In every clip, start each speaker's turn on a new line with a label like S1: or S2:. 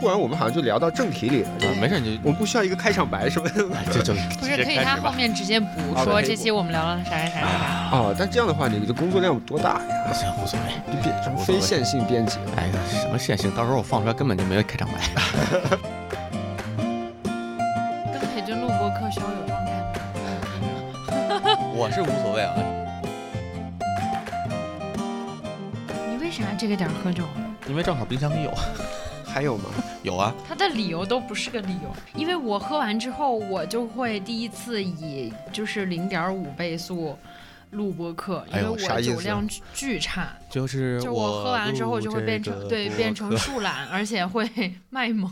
S1: 突然我们好像就聊到正题里了，
S2: 啊没事，你哎
S1: 我们不需要一个开场白什么 的。
S2: 这就
S3: 不是可以他后面直接补
S1: 好的
S3: 说
S1: 可以
S3: 这
S1: 补
S3: 期我们聊了啥啥啥啥啥，
S1: 哦，但这样的话，你的工作量多大呀？
S2: 行无所谓。
S1: 就变成非线性编辑了。
S2: 哎呀，什么线性？到时候我放出来根本就没有开场白。
S3: 跟裴军录播课时候有状态吗？
S2: 我是无所谓啊，
S3: 你为啥这个点儿喝酒？
S2: 因为正好冰箱里有啊
S1: 还有吗？
S2: 有啊。
S3: 他的理由都不是个理由，因为我喝完之后，我就会第一次以就是零点五倍速录播课，因
S2: 哎
S3: 为
S2: 呦
S3: 我
S1: 啥意思
S3: 酒量巨巨差，
S2: 就是
S3: 就是我喝完之后就会变
S2: 录这
S3: 成
S2: 个
S3: 对
S2: 播
S3: 变成
S2: 客
S3: 树懒，而且会卖萌，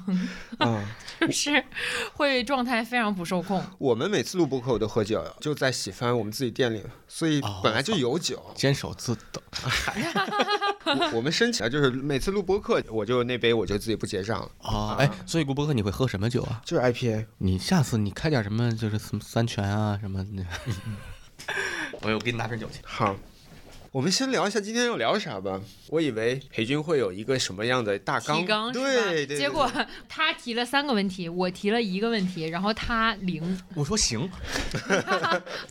S1: 啊，
S3: 就是会状态非常不受控。
S1: 我们每次录播客我都喝酒，啊就在喜翻我们自己店里，所以
S2: 哦
S1: 本来就有酒。
S2: 坚守自等。
S1: 我我们申请啊，就是每次录播客，我就那杯我就自己不结账了，
S2: 哦，哎，所以顾博客你会喝什么酒啊？
S1: 就是 IPA。
S2: 你下次你开点什么，就是什么三全啊什么的。 哎我我给你拿瓶酒去。
S1: 好。我们先聊一下今天要聊啥吧。我以为裴军会有一个什么样的大纲，
S3: 提纲是吧
S1: 对对对
S3: 结果 他提了三个问题，我提了一个问题，然后他 零，
S2: 我说行，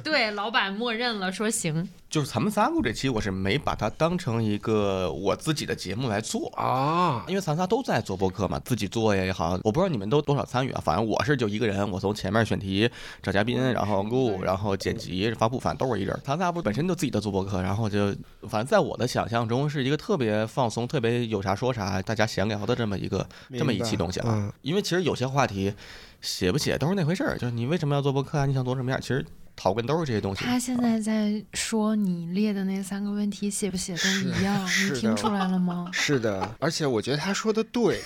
S3: 对，老板默认了说行，
S2: 就是咱们仨录这期，我是没把它当成一个我自己的节目来做啊。
S1: 啊，
S2: 因为咱仨都在做播客嘛，自己做也好，我不知道你们都多少参与啊。反正我是就一个人，我从前面选题、找嘉宾，然后录，然后剪辑、发布，反正都是我一人。咱仨不是本身就自己在做播客，然后就反正在我的想象中是一个特别放松、特别有啥说啥，大家闲聊的这么一个
S1: 明白
S2: 这么一期东西啊。
S1: 嗯
S2: 因为其实有些话题写不写都是那回事儿，就是你为什么要做播客啊？你想做成什么样？其实讨论都是这些东西。
S3: 他现在在说你列的那三个问题写不写都一样，
S1: 是
S3: 你
S1: 的？
S3: 听出来了吗
S1: 是的，而且我觉得他说的对，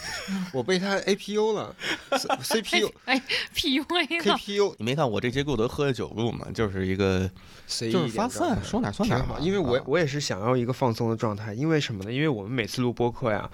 S1: 我被他 APU 了，C P U
S3: 哎，PUA
S1: K
S3: 了，嗯
S1: P U
S2: 你没看我这节录都喝着酒录嘛，就是一个
S1: 随意
S2: 就是
S1: 一点
S2: 发
S1: 状
S2: 散，
S1: 态
S2: 说哪儿算
S1: 挺
S2: 哪儿
S1: 好
S2: 嘛。，
S1: 因为我
S2: 啊
S1: 我也是想要一个放松的状态，因为什么呢？因为我们每次录播客呀，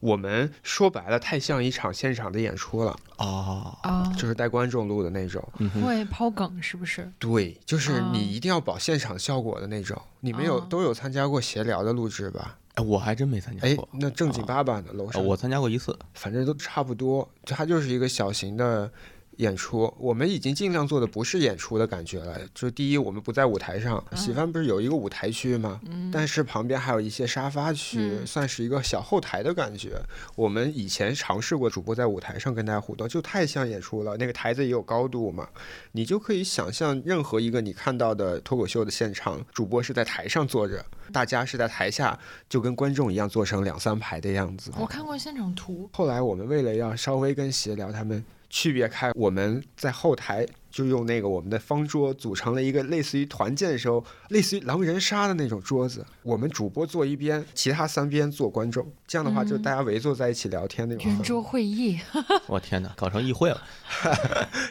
S1: 我们说白了太像一场现场的演出了，
S2: 哦，
S3: 啊，
S1: 就是带观众录的那种。
S2: 嗯哼。
S3: 会抛梗是不是？
S1: 对，就是你
S3: 哦
S1: 一定要保现场效果的那种。你们有
S3: 哦
S1: 都有参加过闲聊的录制吧？
S2: 哎，我还真没参加
S1: 哎
S2: 过，。
S1: 那正经八百的楼
S2: 呃
S1: 上，
S2: 我参加过一次，
S1: 反正都差不多，它就是一个小型的。演出，我们已经尽量做的不是演出的感觉了。就第一，我们不在舞台上，喜欢不是有一个舞台区吗？
S3: 嗯，
S1: 但是旁边还有一些沙发区，
S3: 嗯
S1: 算是一个小后台的感觉。我们以前尝试过主播在舞台上跟大家互动，就太像演出了。那个台子也有高度嘛，你就可以想象任何一个你看到的脱口秀的现场，主播是在台上坐着，大家是在台下，就跟观众一样坐成两三排的样子。
S3: 我看过现场图，
S1: 后来我们为了要稍微跟协聊他们区别开，我们在后台就用那个我们的方桌组成了一个类似于团建的时候，类似于狼人杀的那种桌子。我们主播坐一边，其他三边坐观众，这样的话
S2: 嗯
S1: 就大家围坐在一起聊天那种
S3: 圆
S1: 氛围。
S3: 桌会议，
S2: 我天哪，搞成议会了！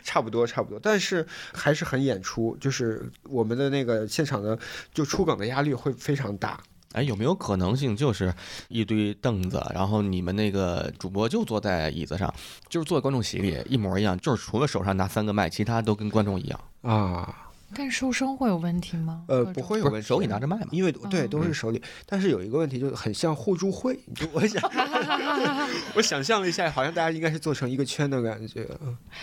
S1: 差不多差不多，但是还是很演出，就是我们的那个现场的就出梗的压力会非常大。
S2: 哎，有没有可能性就是一堆凳子，然后你们那个主播就坐在椅子上，就是坐在观众席里一模一样，就是除了手上拿三个麦，其他都跟观众一样，
S1: 啊，
S3: 但收声会有问题吗？
S1: 呃，
S3: 各种
S1: 不会有
S2: 不
S1: 问题，
S2: 是手里拿着麦嘛？
S1: 因为对
S3: 哦
S1: 都是手里，但是有一个问题就是很像互助会，就我想我想象了一下，好像大家应该是做成一个圈的感觉，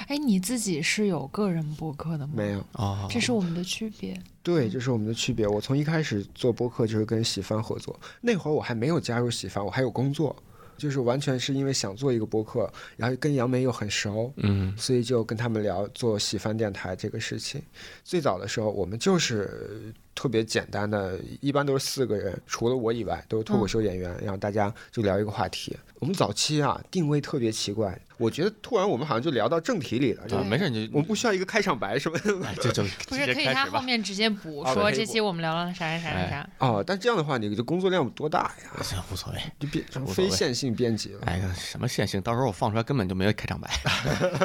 S3: 哎，你自己是有个人播客的吗？
S1: 没，有。嗯
S2: 哦，
S3: 这是我们的区别。
S1: 对，这是我们的区别。我从一开始做播客就是跟喜番合作，那会儿我还没有加入喜番，我还有工作，就是完全是因为想做一个播客，然后跟杨梅又很熟，
S2: 嗯，
S1: 所以就跟他们聊做喜番电台这个事情。最早的时候，我们就是呃特别简单的，一般都是四个人，除了我以外都是脱口秀演员，然后大家就聊一个话题。我们早期啊定位特别奇怪，我觉得突然我们好像就聊到正题里了，就
S2: 对，没事，你
S1: 我们不需要一个开场白什么的。
S2: 哎，这就
S3: 不
S2: 直
S3: 是，
S2: 接
S3: 可以
S2: 开
S3: 他
S2: 始
S3: 后
S2: 吧。
S3: 面直接补
S1: 啊
S3: 说
S1: 对可以
S3: 这期我们聊了啥啥啥啥啥。
S1: 哦，但这样的话，你的工作量有多大呀？
S2: 行，无所谓。
S1: 就变成
S2: 无所
S1: 非
S2: 谓
S1: 线性编辑 了。
S2: 哎呀，什么线性？到时候我放出来根本就没有开场白，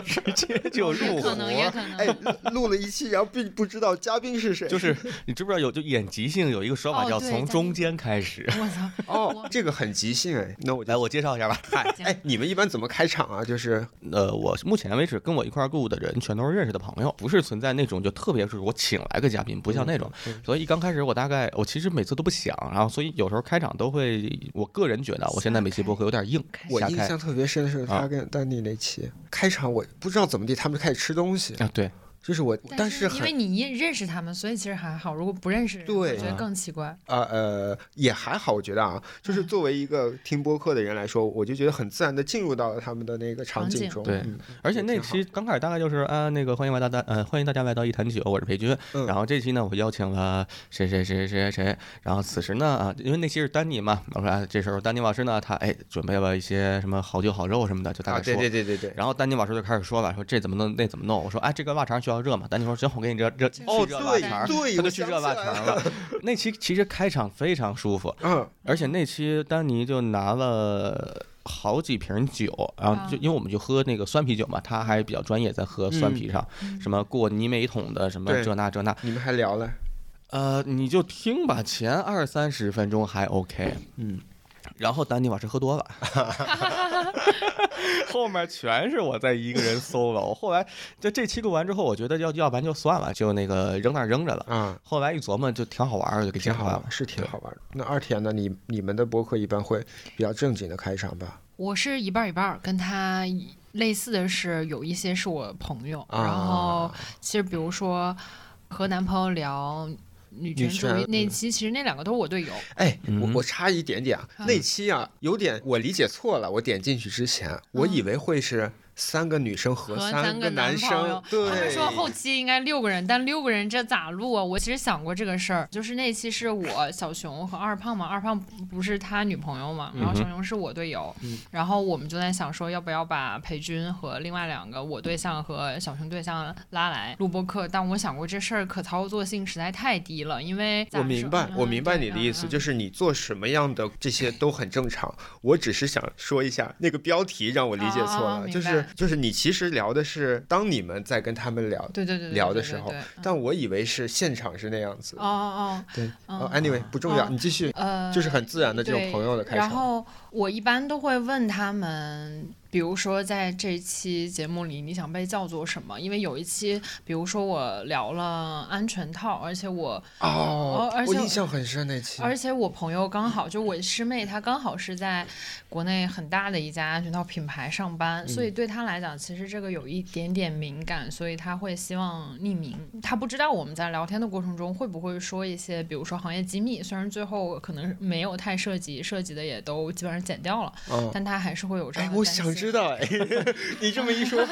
S2: 直接就
S3: 也
S2: 入
S3: 可能，也
S2: 活。
S3: 可能。
S1: 哎哎，录录了一期，然后并不知道嘉宾是谁，
S2: 就是你知不知道道有就演即兴有一个说法
S3: 哦
S2: 叫
S3: 对
S2: 从
S3: 在
S2: 中间开始。
S3: 我操，
S1: 哦，这个很即兴哎，那我就
S2: 来，我介绍一下吧。
S1: 嗨，哎，你们一般怎么开场啊？就是
S2: 呃，我目前为止跟我一块儿雇的人全都是认识的朋友，不是存在那种就特别是我请来个嘉宾，不像那种。
S1: 嗯
S2: 所以一刚开始我大概我其实每次都不想，然后所以有时候开场都会，我个人觉得啊我现在每期播客有点硬，
S1: 我
S2: 瞎
S1: 印
S2: 开啊
S1: 象特别深的是他跟丹尼那期开场，我不知道怎么地，他们就开始嗯吃东西，
S2: 啊，对，
S1: 就是我，但
S3: 是因为
S1: 很
S3: 你认认识他们，所以其实还好。如果不认识，
S1: 对
S3: 我觉得
S2: 啊
S3: 更奇怪。
S1: 呃呃也还好，我觉得啊，就是作为一个听播客的人来说，我就觉得很自然的进入到了他们的那个场景中。
S2: 场景
S1: 嗯
S2: 而且那期刚开始大概就是啊，那个欢迎外大大呃，欢迎大家来到一坛酒，我是裴军。
S1: 嗯
S2: 然后这期呢，我邀请了谁谁谁谁谁谁。然后此时呢啊，因为那期是丹尼嘛，我说、啊、这时候丹尼老师呢，他哎准备了一些什么好酒好肉什么的，就大
S1: 啊，
S2: 概说。
S1: 对对对对对，
S2: 然后丹尼老师就开始说了，说这怎么弄，那怎么弄。我说啊，这个腊肠需要热嘛？丹尼说行，我给你热热去
S3: 哦
S2: 热腊肠，
S1: 对对
S2: 他
S1: 我
S2: 就去
S1: 想
S2: 热腊
S1: 起来
S2: 肠了。那期其实开场非常舒服，
S1: 啊嗯，
S2: 而且那期丹尼就拿了好几瓶酒，然后就
S3: 啊
S2: 因为我们就喝那个酸啤酒嘛，他还比较专业，在喝酸啤上，什么过泥煤桶的，什
S1: 嗯
S2: 么
S1: 对
S2: 这那这那，
S1: 你们还聊了，
S2: 呃，你就听吧，前二三十分钟还 OK，
S1: 嗯，
S2: 然后丹尼老师喝多了， 后面全是我在一个人 solo。后来就这期录完之后，我觉得要要不然就算了，就那个扔那儿扔着了。
S1: 啊，
S2: 后来一琢磨，就挺好玩儿，就给接
S1: 挺
S2: 下
S1: 好
S2: 来
S1: 玩
S2: 了
S1: 儿，。是挺好玩儿的。那二田呢？你你们的博客一般会比较正经的开场吧？
S3: 我是一半儿一半儿，跟他类似的是，有一些是我朋友，
S1: 啊
S3: 然后其实比如说和男朋友聊女权
S1: 女
S3: 主义
S1: 权嗯
S3: 那期，其实那两个都是我队友。
S1: 哎，我
S2: 嗯
S1: 我插一点点啊，
S3: 啊
S1: 那期啊有点我理解错了，我点进去之前我以为会是三个女生和
S3: 嗯和
S1: 三
S3: 三
S1: 个
S3: 个
S1: 男
S3: 男朋
S1: 生
S3: 友，
S1: 对，
S3: 他们说后期应该六个人，但六个人这咋录啊？我其实想过这个事儿，就是那期是我小熊和二胖嘛，二胖不是他女朋友嘛，然后
S2: 嗯哼
S3: 小熊是我队友，
S1: 嗯
S3: 然后我们就在想说要不要把裴军和另外两个我对象和小熊对象拉来录播课，但我想过这事儿可操作性实在太低了，因为咋
S1: 我明白
S3: 说，。
S1: 我明白你的意思，就是
S3: 嗯
S1: 是你做什么样的这些都很正常。我只是想说一下，那个标题让我理解错
S3: 哦
S1: 了，
S3: 明白
S1: 就是就是你其实聊的是当你们在跟他们聊，
S3: 对对对对对
S1: 聊的
S3: 对
S1: 时候
S3: 对嗯
S1: 但我以为是现场是那样子
S3: 哦。哦
S1: 对，
S3: 嗯
S1: 哦，anyway 不重要，
S3: 哦
S1: 你继续，
S3: 哦，呃，
S1: 就是很自然的这种
S3: 对
S1: 朋友的开
S3: 然
S1: 场。
S3: 后我一般都会问他们，比如说在这期节目里你想被叫做什么？因为有一期，比如说我聊了安全套，而且我
S1: 哦
S3: 哦而，且
S1: 我印象很深那期，
S3: 而且我朋友刚好就我师妹，她刚好是在国内很大的一家安全套品牌上班，所
S1: 嗯
S3: 以对她来讲，其实这个有一点点敏感，所以她会希望匿名。她不知道我们在聊天的过程中会不会说一些，比如说行业机密，虽然最后可能没有太涉及，涉及的也都基本上剪掉了，
S1: 哦，
S3: 但她还是会有这
S1: 哎
S3: 样，的
S1: 我
S3: 担
S1: 想
S3: 心
S1: 知。道，哎， 你这么一 说，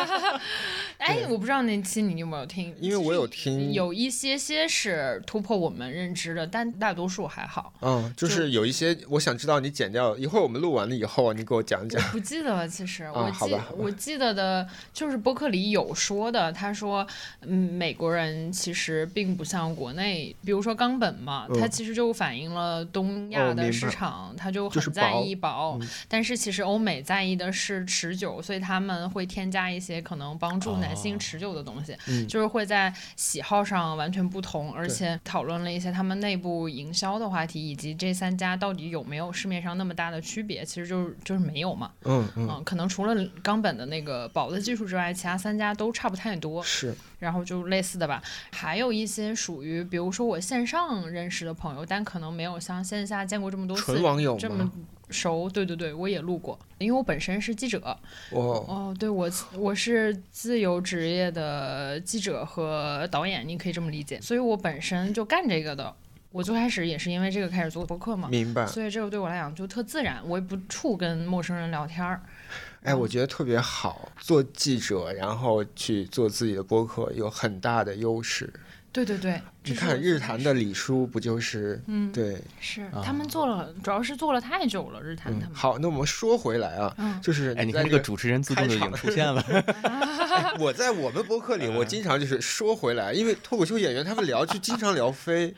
S3: 哎，我不知道那期你有没有听，
S1: 因为我有听
S3: 有一些些是突破我们认知的，但大多数还好。
S1: 嗯，就是有一些我想知道你剪掉，一会儿我们录完了以后，啊你给我讲一
S3: 我
S1: 讲。
S3: 不记得了，其实、
S1: 啊
S3: 我
S1: 好
S3: 记
S1: 吧好吧
S3: 我记得的就是播客里有说的，他说，嗯，美国人其实并不像国内，比如说冈本嘛，
S1: 嗯
S3: 它其实就反映了东
S1: 哦
S3: 亚
S1: 明白
S3: 的市场，它就
S1: 就是
S3: 很在
S1: 薄嗯
S3: 意薄，但是其实欧美在意的是持久，所以他们会添加一些可能帮助男性持久的东西，
S1: 哦嗯
S3: 就是会在喜好上完全不同，而
S1: 对
S3: 且讨论了一些他们内部营销的话题，以及这三家到底有没有市面上那么大的区别，其实就是就是没有嘛。
S1: 嗯嗯，
S3: 嗯，可能除了冈本的那个宝的技术之外，其他三家都差不太多，
S1: 是，
S3: 然后就类似的吧。还有一些属于，比如说我线上认识的朋友，但可能没有像线下见过这么多
S1: 纯
S3: 次
S1: 网友
S3: 这
S1: 吗
S3: 么？熟。对对对，我也录过，因为我本身是记者。
S1: 哦，
S3: 哦，对我我是自由职业的记者和导演，你可以这么理解。所以我本身就干这个的。我最开始也是因为这个开始做播客嘛，
S1: 明白。
S3: 所以这个对我来讲就特自然，我也不怵跟陌生人聊天儿。
S1: 哎，我觉得特别好，做记者，然后去做自己的播客，有很大的优势。
S3: 对对对，
S1: 你
S3: 这是
S1: 看
S3: 我
S1: 日
S3: 最
S1: 坛
S3: 开
S1: 的
S3: 始
S1: 李叔不就是？
S3: 嗯
S1: 对，啊
S3: 是他们做了，主要是做了太久了，日坛他
S1: 嗯，
S3: 们。
S1: 好，那我们说回来啊，
S3: 嗯
S1: 就是
S2: 哎，你
S1: 在
S2: 看
S1: 这
S2: 这个主持人自动
S1: 开
S2: 就已经
S1: 场
S2: 出现 了，
S1: 哎我在我们播客里，我经常就是说回来，因为脱口秀演员他们聊就经常聊飞，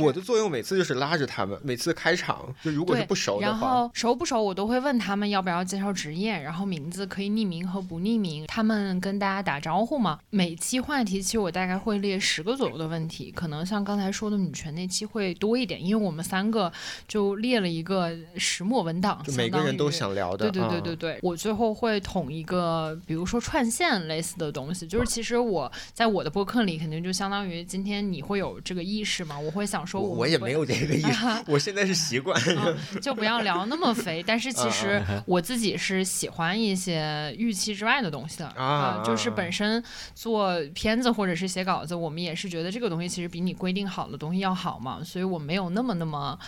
S1: 我的作用每次就是拉着他们，每次开场就如果是
S3: 对
S1: 不熟，的
S3: 然
S1: 话，
S3: 后熟不熟我都会问他们要不要介绍职业，然后名字可以匿名和不匿名，他们跟大家打招呼嘛。每期话题其实我大概会列十个左右流的问题，可能像刚才说的女权那期会多一点，因为我们三个就列了一个石墨文档，
S1: 就每个人都想聊的。
S3: 对对对对
S1: 嗯，
S3: 对，我最后会统一个，比如说串线类似的东西，就是其实我在我的播客里肯定就相当于今天你会有这个意识嘛，我会想说
S1: 我
S3: 们
S1: 我也
S3: 不
S1: 没有这个意识， 我现在是习惯。
S3: 嗯就不要聊那么肥。但
S1: 嗯
S3: 是其实我自己是喜欢一些预期之外的东西的
S1: 啊
S3: 呃就是本身做片子或者是写稿子，我们也是觉得这个东西其实比你规定好的东西要好嘛，所以我没有那么那么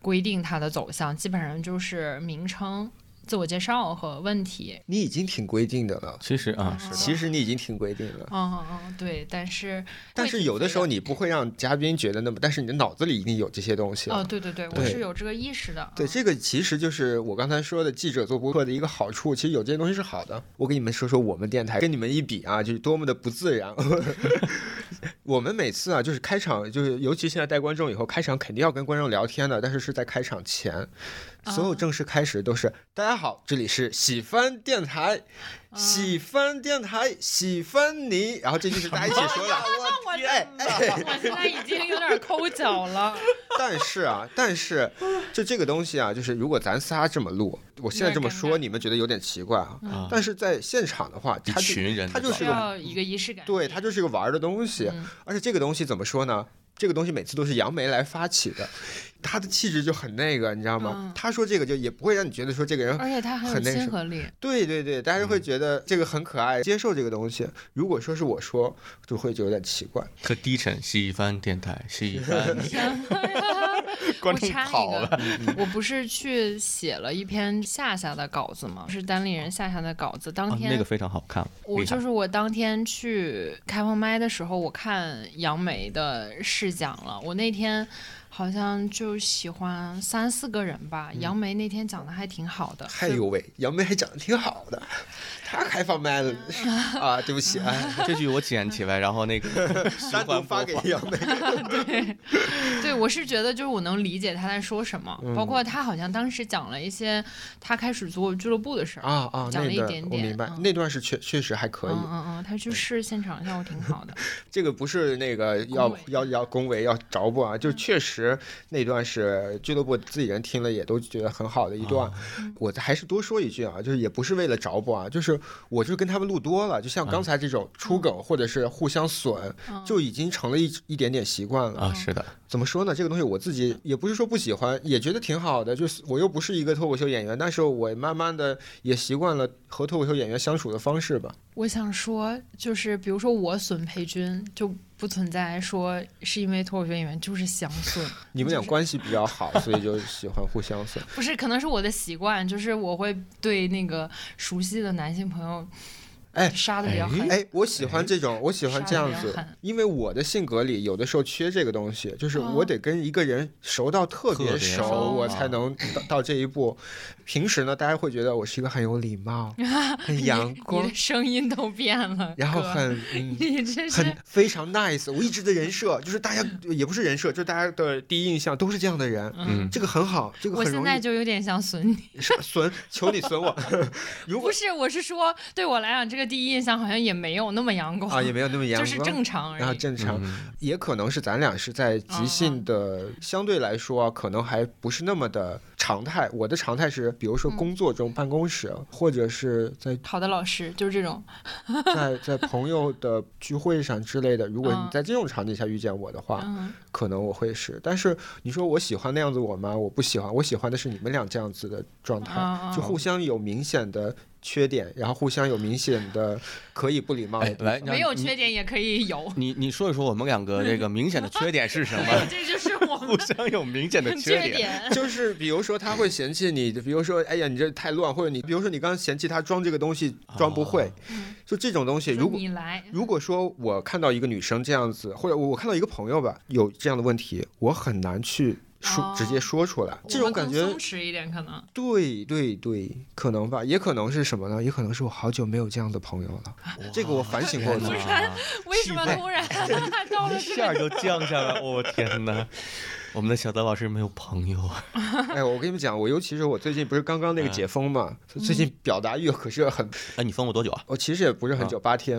S3: 规定它的走向，基本上就是名称、自我介绍和问题。
S1: 你已经挺规定的 了，
S2: 其实啊，是
S1: 其实你已经挺规定了。
S3: 嗯嗯嗯，对，但是
S1: 但
S3: 会
S1: 是
S3: 挺
S1: 有的
S3: 肥
S1: 时候你不会让嘉宾觉得那么，但是你的脑子里一定有这些东西。
S3: 哦，对对对，我
S1: 对
S3: 是有这个意识的。
S1: 对，
S3: 嗯
S1: 这个其实就是我刚才说的记者做播客的一个好处。其实有这些东西是好的。我给你们说说我们电台，跟你们一比啊，就是多么的不自 然。我们每次啊，就是开场，就是尤其现在带观众以后，开场肯定要跟观众聊天的，但是是在开场前，
S3: 哦
S1: 所有正式开始都是、大家好，这里是喜番电台，
S3: 嗯
S1: 喜番电台，喜欢你，然后这就是大家一起说的。
S3: 哦我
S1: 天哎哎
S3: 我现在已经有点抠脚了。
S1: 但是啊，但是就这个东西啊，就是如果咱仨这么录，我现在这么
S3: 有
S1: 说，
S3: 点尴尬
S1: 你们觉得有点奇怪啊。
S2: 啊，
S1: 但是在现场的话，
S2: 一
S1: 它就
S2: 群人
S1: 他就
S2: 的 状
S1: 是
S2: 态，
S3: 需要一个仪式感。
S1: 对它就是一个玩儿的东西，
S3: 嗯
S1: 而且这个东西怎么说呢？这个东西每次都是杨梅来发起的，他的气质就很那个，你知道吗
S3: 嗯？
S1: 他说这个就也不会让你觉得说这个人
S3: 而且它很有
S1: 很那什
S3: 亲
S1: 么
S3: 和 力。
S1: 对对对，大家会觉得这个很可爱，接受这个东西。如果说是我说，就会觉得有点奇怪。
S2: 特低沉。喜番电台，喜 番，观
S3: 我
S2: 众
S3: 插
S2: 跑了。
S1: 嗯
S3: 一个，我不是去写了一篇夏夏的稿子吗？是单立人夏夏的稿子。当
S1: 哦
S2: 啊
S3: 天、
S2: 那个非常好看，
S3: 我
S2: 厉害
S3: 就是我当天去开放麦的时候，我看杨梅的试讲了。我那天好像就喜欢三四个人吧。杨梅那天讲的还挺好的，
S1: 哎呦喂，杨梅嗯还长得挺好的，她开放麦了啊！对不起，哎，
S2: 这句我捡起来，然 后那个循
S1: 单独
S2: 环
S1: 发
S2: 播
S1: 给
S2: 放
S1: 杨梅。
S3: 对，我是觉得就是我能理解他在说什么，
S1: 嗯
S3: 包括他好像当时讲了一些他开始做俱乐部的事儿。
S1: 啊啊，
S3: 讲
S1: 那
S3: 了一
S1: 段
S3: 点
S1: 我
S3: 点
S1: 明白
S3: 嗯，
S1: 那段是确确实还可以。
S3: 嗯嗯嗯，他去试现场效果挺 好的。
S1: 这个不是那个要
S3: 恭维嗯
S1: 要要恭维要着不啊，就确实那段是俱乐部自己人听了也都觉得很好的一
S3: 嗯
S1: 段。
S2: 啊
S1: 我还是多说一句啊，就是也不是为了着不啊，就是我就跟他们录多了，就
S3: 嗯
S1: 像刚才这种出梗或者是互相损，就已经成了一一点点习惯了。
S2: 啊，是的，
S1: 怎么说呢？这个东西我自己也不是说不喜欢，也觉得挺好的。就是我又不是一个脱口秀演员，但是我慢慢的也习惯了和脱口秀演员相处的方式吧。
S3: 我想说，就是比如说我损裴军，就不存在说是因为脱口秀演员，就是想损，
S1: 你们俩关系比较好，所以就喜欢互相损。
S3: 不是，可能是我的习惯，就是我会对那个熟悉的男性朋友，
S1: 哎
S3: 杀的比较狠。
S1: 哎，我喜欢这种，我喜欢这样
S3: 杀得比较
S1: 子
S3: 狠，
S1: 因为我的性格里有的时候缺这个东西，就是
S3: 哦
S1: 我得跟一个人熟到特
S2: 特
S1: 别
S2: 别
S1: 熟，
S3: 熟
S1: 我才能到到这一步。平时呢，大家会觉得我是一个很有礼 貌、很阳
S3: 你
S1: 光
S3: 的，声音都变了，
S1: 然后
S3: 哥，
S1: 很嗯。
S3: 你这嗯是
S1: 很非常 nice，我一直的人设就是大家也不是人设，就是大家的第一印象都是这样的人，
S2: 嗯，
S1: 这个很好，这个
S3: 我
S1: 很
S3: 现
S1: 容
S3: 在
S1: 易
S3: 就有点想损你，
S1: 损，求你损 我。如
S3: 不
S1: 果
S3: 是，我是说，对我来讲，这个第一印象好像也没有那么阳光，
S1: 啊 也没有那么
S3: 就
S1: 阳
S3: 是
S1: 光，
S3: 正常
S1: 然后
S3: 而已。哦
S1: 正常，
S2: 嗯
S1: 也可能是咱俩是在即兴的，相对来说啊可能还不是那么的常态。我的常态是，比如说
S3: 嗯
S1: 工作中、办公室，或者是在
S3: 好的，老师就是这种，
S1: 在在朋友的聚会上之类的。如果你
S3: 嗯
S1: 在这种场景下遇见我的话，
S3: 嗯，
S1: 可能我会是，但是你说我喜欢那样子我吗？我不喜欢，我喜欢的是你们俩这样子的状态，
S3: 啊
S1: 就互相有明显的缺点，然后互相有明显的可以不礼貌的
S2: 哎
S1: 地，方。
S2: 来，
S3: 没有
S2: 你
S3: 缺点也可以有，
S2: 你你说一说我们两个这个明显的缺点是什 么？
S3: 这就是 我
S2: 互相有明显的
S3: 们
S2: 缺
S3: 缺
S2: 点。
S3: 点。
S1: 就是比如说他会嫌弃你，比如说哎呀你这太乱，或者你比如说你刚刚嫌弃他装这个东西装不会，
S3: 啊
S1: 就这种东西，如
S3: 说
S1: 果
S3: 你来，
S1: 如果说我看到一个女生这样子，或者我我看到一个朋友吧有这样的问题，我很难去说、
S3: 哦
S1: 直接说出来，这种感觉
S3: 我们更松弛一点可能。
S1: 对对对，可能吧，也可能是什么呢？也可能是我好久没有这样的朋友了。这个我反省过
S2: 天
S1: 自己。
S2: 哪
S3: 为什么 突然 到了
S2: 一
S3: 这个？
S2: 下就降下 来，我、天哪！我们的小德老师没有朋友啊，
S1: 哎，我跟你们讲，我尤其是我最近不是刚刚那个解封嘛，最近表达欲可是很，
S2: 哎，你封我多久啊？
S1: 我其实也不是很久，八天。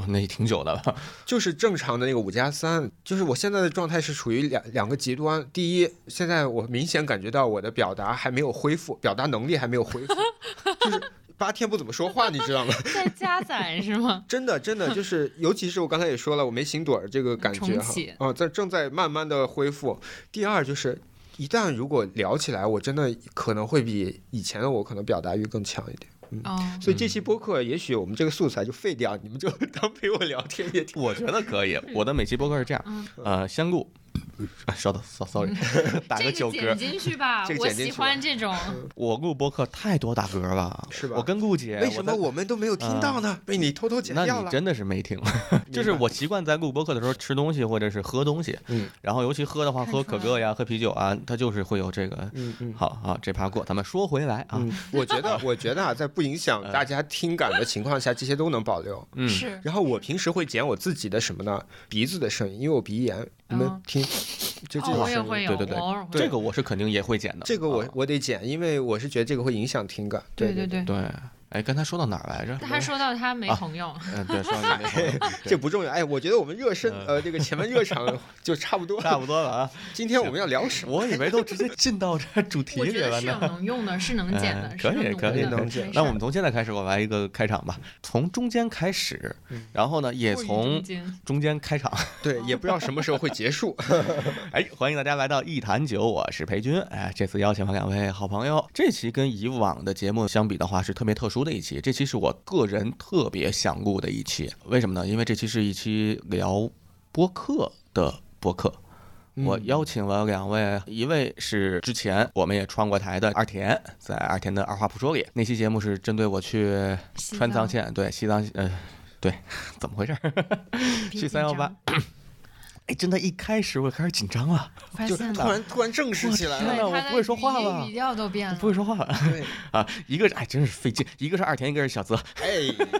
S2: 哦那也挺久的了。
S1: 就是正常的那个五加三，就是我现在的状态是处于两两个极端。第一，现在我明显感觉到我的表达还没有恢复，表达能力还没有恢复，就是八天不怎么说话，你知道吗？
S3: 在加载是吗？
S1: 真的，真 的就是，尤其是我刚才也说了，我没醒盹儿这个感觉
S3: 重
S1: 哈
S3: 启，
S1: 啊、在正在慢慢的恢复。第二就是，一旦如果聊起来，我真的可能会比以前的我可能表达欲更强一点。
S3: 哦，
S1: 所以这期播客，也许我们这个素材就废掉，你们就 当陪我聊天也挺。
S2: 我觉得可以。我的每期播客是这
S3: 嗯
S2: 样，呃，先录，啊稍等，so sorry，打
S3: 这
S2: 个酒嗝
S3: 剪。进去吧，
S1: 这个
S3: 我
S1: 剪进
S3: 喜
S1: 去
S3: 欢这种。
S2: 我录播客太多打嗝了，
S1: 是吧
S2: 我跟顾姐，
S1: 为什么
S2: 我
S1: 我们都没有听到呢？啊被你偷偷
S2: 在？
S1: 剪
S2: 那
S1: 掉
S2: 你
S1: 了。
S2: 真的是 没听，就是我习惯在录播客的时候吃东西或者是喝东西，
S1: 嗯
S2: 然后尤其喝的话，
S3: 看出
S2: 喝
S3: 来
S2: 可乐呀、喝啤酒啊，它就是会有这个。
S1: 嗯嗯。
S2: 好好，这趴过，咱们说回来啊，
S1: 嗯，我觉得，我觉得啊，在不影 响大家听感的情况下，这些都能保留。
S2: 嗯，
S3: 是，
S1: 然后我平时会剪我自己的什么呢？鼻子的声音，因为我鼻炎，你们
S3: 哦
S1: 听，就这
S3: 哦，
S1: 种
S3: 我也
S1: 声
S3: 会
S1: 音。
S3: 有，
S2: 对对对
S3: 我偶尔会
S2: 这
S3: 有。
S2: 个我是肯定也会剪的。
S1: 这个我
S2: 啊
S1: 我得剪，因为我是觉得这个会影响听感。
S3: 对
S1: 对
S3: 对，对，
S2: 对，哎，刚才说到哪儿来着？
S3: 他说到他没朋友，
S2: 嗯，对，说到没说到
S1: 这不重要。哎，我觉得我们热身，呃，这个前面热 场就差不多。
S2: 嗯差不多了啊，
S1: 今天我们要聊什么？
S2: 我以为都直接进到这主题
S3: 我
S2: 里
S3: 觉
S2: 了
S3: 得是有啊
S2: 呢。
S3: 能用的，是能剪的，
S2: 嗯
S3: 是
S2: 可以
S3: 能
S2: 可以
S3: 用的
S1: 能剪
S3: 没事
S2: 那我们从现在开始，我来一个开场吧，从中间开始，
S1: 嗯
S2: 然后呢，也
S3: 过于
S2: 从
S3: 中间
S2: 中间开场。
S1: 对，也不知道什么时候会结 束。
S2: 哎，欢迎大家来到一坛酒，我是裴军。哎，这次邀请了两位好朋友，这期跟以往的节目相比的话是特别特殊的一期，这期是我个人特别想录的一期，为什么呢？因为这期是一期聊播客的播客。
S3: 嗯
S2: 我邀请了两位，一位是之前我们也穿过台的二田，在二田的二话不说里那期节目是针对我去
S3: 西
S2: 川藏
S3: 藏
S2: 线，对西藏，呃，对， 怎么回事儿？
S3: 比
S2: 去
S3: 紧
S2: 318
S3: 张，
S2: 哎，真的，一开始我开始紧张了，
S3: 发
S1: 就
S3: 现
S1: 突
S3: 了。
S1: 然突然正式起来
S2: 天
S1: 了。
S2: 哪
S3: 对，
S2: 我
S3: 他的
S2: 不会说
S3: 语
S2: 话
S3: 音
S2: 了
S3: 语调都变
S2: 我
S3: 了。
S2: 不会说话了。
S1: 对，
S2: 啊，一个是哎，真是费劲，一个是二田，一个是小泽。
S1: 哎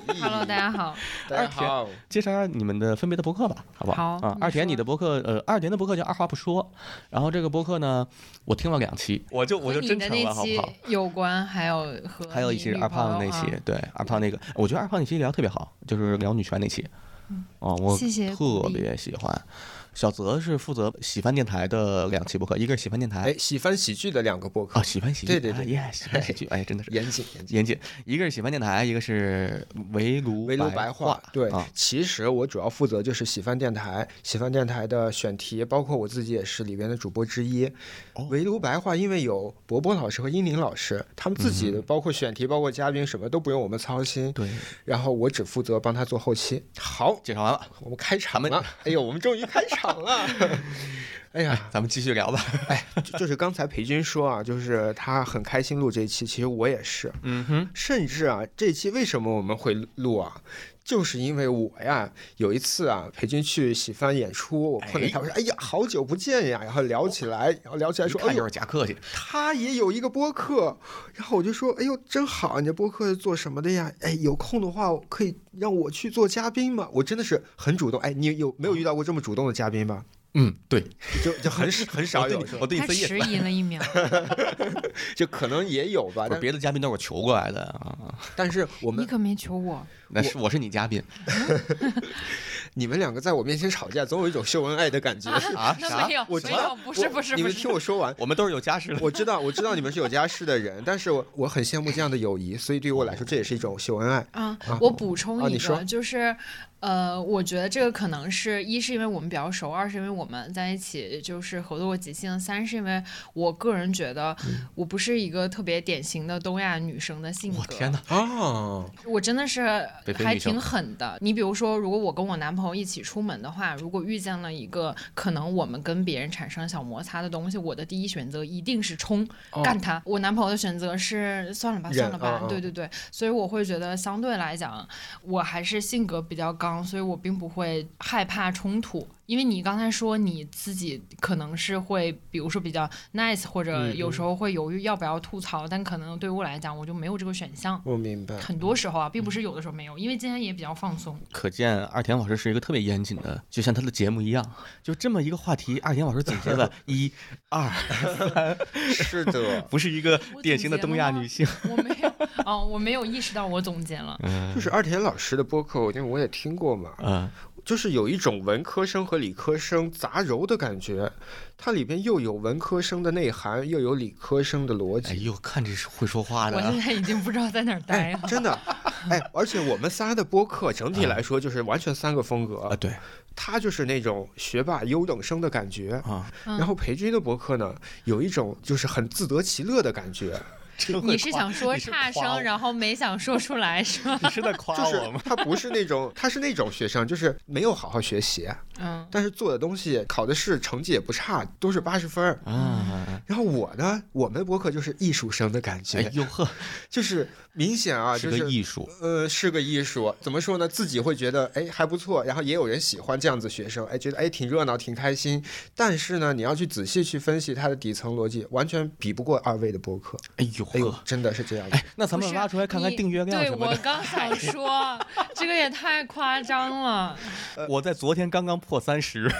S3: Hello，大家好，
S1: 大家好。
S2: 介绍一下你们的分别的博客吧，好不好？
S3: 好
S2: 啊，
S3: 你
S2: 二田
S3: 说
S2: 你的博客，呃，二田的博客叫二话不说，然后这个博客呢，我听了两期，我就 我
S3: 和
S2: 就
S3: 你
S2: 真
S3: 的
S2: 诚了，
S3: 那
S2: 好不
S3: 期
S2: 好？
S3: 有关，还有和
S2: 还有一
S3: 你
S2: 期是
S3: 女
S2: 二胖
S3: 朋
S2: 那
S3: 友
S2: 期
S3: 啊，
S2: 对二胖那个，我觉得二胖那期聊得特别好，就是聊女权那期，哦，我
S3: 嗯谢谢鼓
S2: 特
S3: 励
S2: 别喜欢。小泽是负责喜番电台的两期博客，一个是喜番电台，
S1: 哎，喜欢喜剧的两个播客
S2: 啊，，喜欢喜
S1: 对
S2: 剧，
S1: 对对
S2: ，yes，喜欢喜剧，哎，真的是
S1: 严谨严谨。
S2: 严谨，一个是喜欢电台，一个是围炉
S1: 围炉
S2: 白
S1: 白话，对，
S2: 啊，
S1: 其实我主要负责就是喜番电台，喜番电台的选题，包括我自己也是里边的主播之一。围炉白话，因为有博博老师和英宁老师，他们自己的包括选题、包括嘉宾什么都不用我们操心，
S2: 对，
S1: 然后我只负责帮他做后期。好，
S2: 介绍完了，
S1: 我们开场
S2: 们
S1: 了， 哎呦，我们终于开场 了。哎呀，
S2: 咱们继续聊吧。
S1: 就就是刚才裴军说啊，就是他很开心录这一期，其实我也是，
S2: 嗯哼，
S1: 甚至啊，这期为什么我们会录啊？就是因为我呀，有一次啊，裴军去喜番演出，我碰见他，我说：“哎呀，好久不见呀！”然后聊起来，然后聊起来
S2: 一
S1: 说：“哎
S2: 看就
S1: 呦，
S2: 是假客气，
S1: 他也有一个播客。”然后我就说：“哎呦，真好！你的播客是做什么的呀？哎，有空的话可以让我去做嘉宾吗？”我真的是很主动。哎，你有没有遇到过这么主动的嘉宾吧？
S2: 嗯，对，
S1: 就就很 很少
S2: 我对
S1: 有
S2: 你，我对你
S3: 他
S2: say yes
S3: 迟疑了一 秒，
S1: 就可能也有吧。
S2: 不是
S1: 但
S2: 别的嘉宾都是我求过来的啊，
S1: 但是我
S3: 你
S1: 们
S3: 可没求我，
S2: 那是我是你 嘉宾
S1: 你们两个在我面前吵架，总有一种秀恩爱的感觉。
S2: 啊？
S3: 那
S2: 啥
S3: 没？有，
S1: 我
S3: 没
S1: 知道
S3: 有，不是
S1: 我
S3: 不是
S1: 你
S3: 不
S1: 们
S3: 是
S1: 听，我说完。
S2: 我们都是有家室的。
S1: 我知道，我知道你们是有家室的人，但是我我很羡慕这样的友谊，所以对于我来说，这也是一种秀恩爱。
S3: 啊
S1: 啊，
S3: 我补
S1: 啊
S3: 充
S1: 你
S3: 一
S1: 说
S3: 个，就是，呃，我觉得这个可能是一是因为我们比较熟，二是因为我们在一起就是合作过即兴，三是因为我个人觉得
S1: 嗯
S3: 我不是一个特别典型的东亚女生的性格
S2: 我，天哪，
S1: 哦，
S3: 我真的是
S2: 北非
S3: 还
S2: 女生
S3: 挺狠的。你比如说，如果我跟我男朋友一起出门的话，如果遇见了一个可能我们跟别人产生小摩擦的东西，我的第一选择一定是冲、
S1: 哦
S3: 干他。我男朋友的选择是算了吧，
S1: 忍
S3: 算了吧
S1: 嗯嗯，
S3: 对对对。所以我会觉得相对来讲，我还是性格比较刚，所以我并不会害怕冲突。因为你刚才说你自己可能是会，比如说比较 nice，或者
S1: 嗯
S3: 有时候会犹豫要不要吐槽，但可能对我来讲，我就没有这个选项。
S1: 我明
S2: 嗯
S1: 白。
S3: 很多时候啊，并不是有的时候没有，因为今天也比较 放松。
S2: 可见二田老师是一个特别严谨的，就像他的节目一样，就这么一个话题，二田老师总结 了一、二，
S1: 是的，
S2: 不是一个
S3: 我
S2: 典型的
S3: 总
S2: 东
S3: 结
S2: 亚
S3: 了吗
S2: 女性。
S3: 我没有，哦，我没有意识到我总结 了。
S1: 就是二田老师的播客，因为我也听过嘛，
S2: 嗯，
S1: 就是有一种文科生和理科生杂糅的感觉，它里边又有文科生的内涵，又有理科生的逻
S2: 哎
S1: 辑。
S2: 呦，看这是会说话的
S3: 我
S2: 啊
S3: 现，在已经不知道在哪儿待 了。
S1: 真的，哎，而且我们仨的播客整体来说就是完全三个风格，
S2: 啊，对
S1: 他就是那种学霸优等生的感觉，
S2: 啊，
S3: 嗯
S1: 然后裴军的博客呢，有一种就是很自得其乐的感觉，
S2: 真会
S3: 你是
S2: 夸
S3: 想说
S2: 你是夸
S3: 差生，
S2: 我
S3: 然后没想说出来 是吗？
S2: 你是在夸
S1: 就是
S2: 我吗？
S1: 他不是那种， 他是那种学生，就是没有好好学习，
S3: 嗯，
S1: 但是做的东西考的试成绩也不差，都是八十分儿。
S2: 啊，
S1: 然后我呢，我们博客就是艺术生的感
S2: 哎
S1: 觉，
S2: 呦呵，
S1: 就是明显啊，就
S2: 是个
S1: 是。
S2: 艺术，
S1: 呃，是个艺术，怎么说呢？自己会觉得哎还不错，然后也有人喜欢这样子学生，哎觉得哎挺热闹，挺开心。但是呢，你要去仔细去分析它的底层逻辑，完全比不过二位的博客。
S2: 哎呦
S1: 哎呦
S2: 呵，，
S1: 真的是这样的。
S2: 那咱
S3: 不
S2: 们
S3: 是
S2: 挖出来看看
S3: 你
S2: 订阅量
S3: 对
S2: 什么
S3: 我
S2: 的。
S3: 刚想说，这个也太夸张了。
S2: 呃我在昨天刚刚破三十，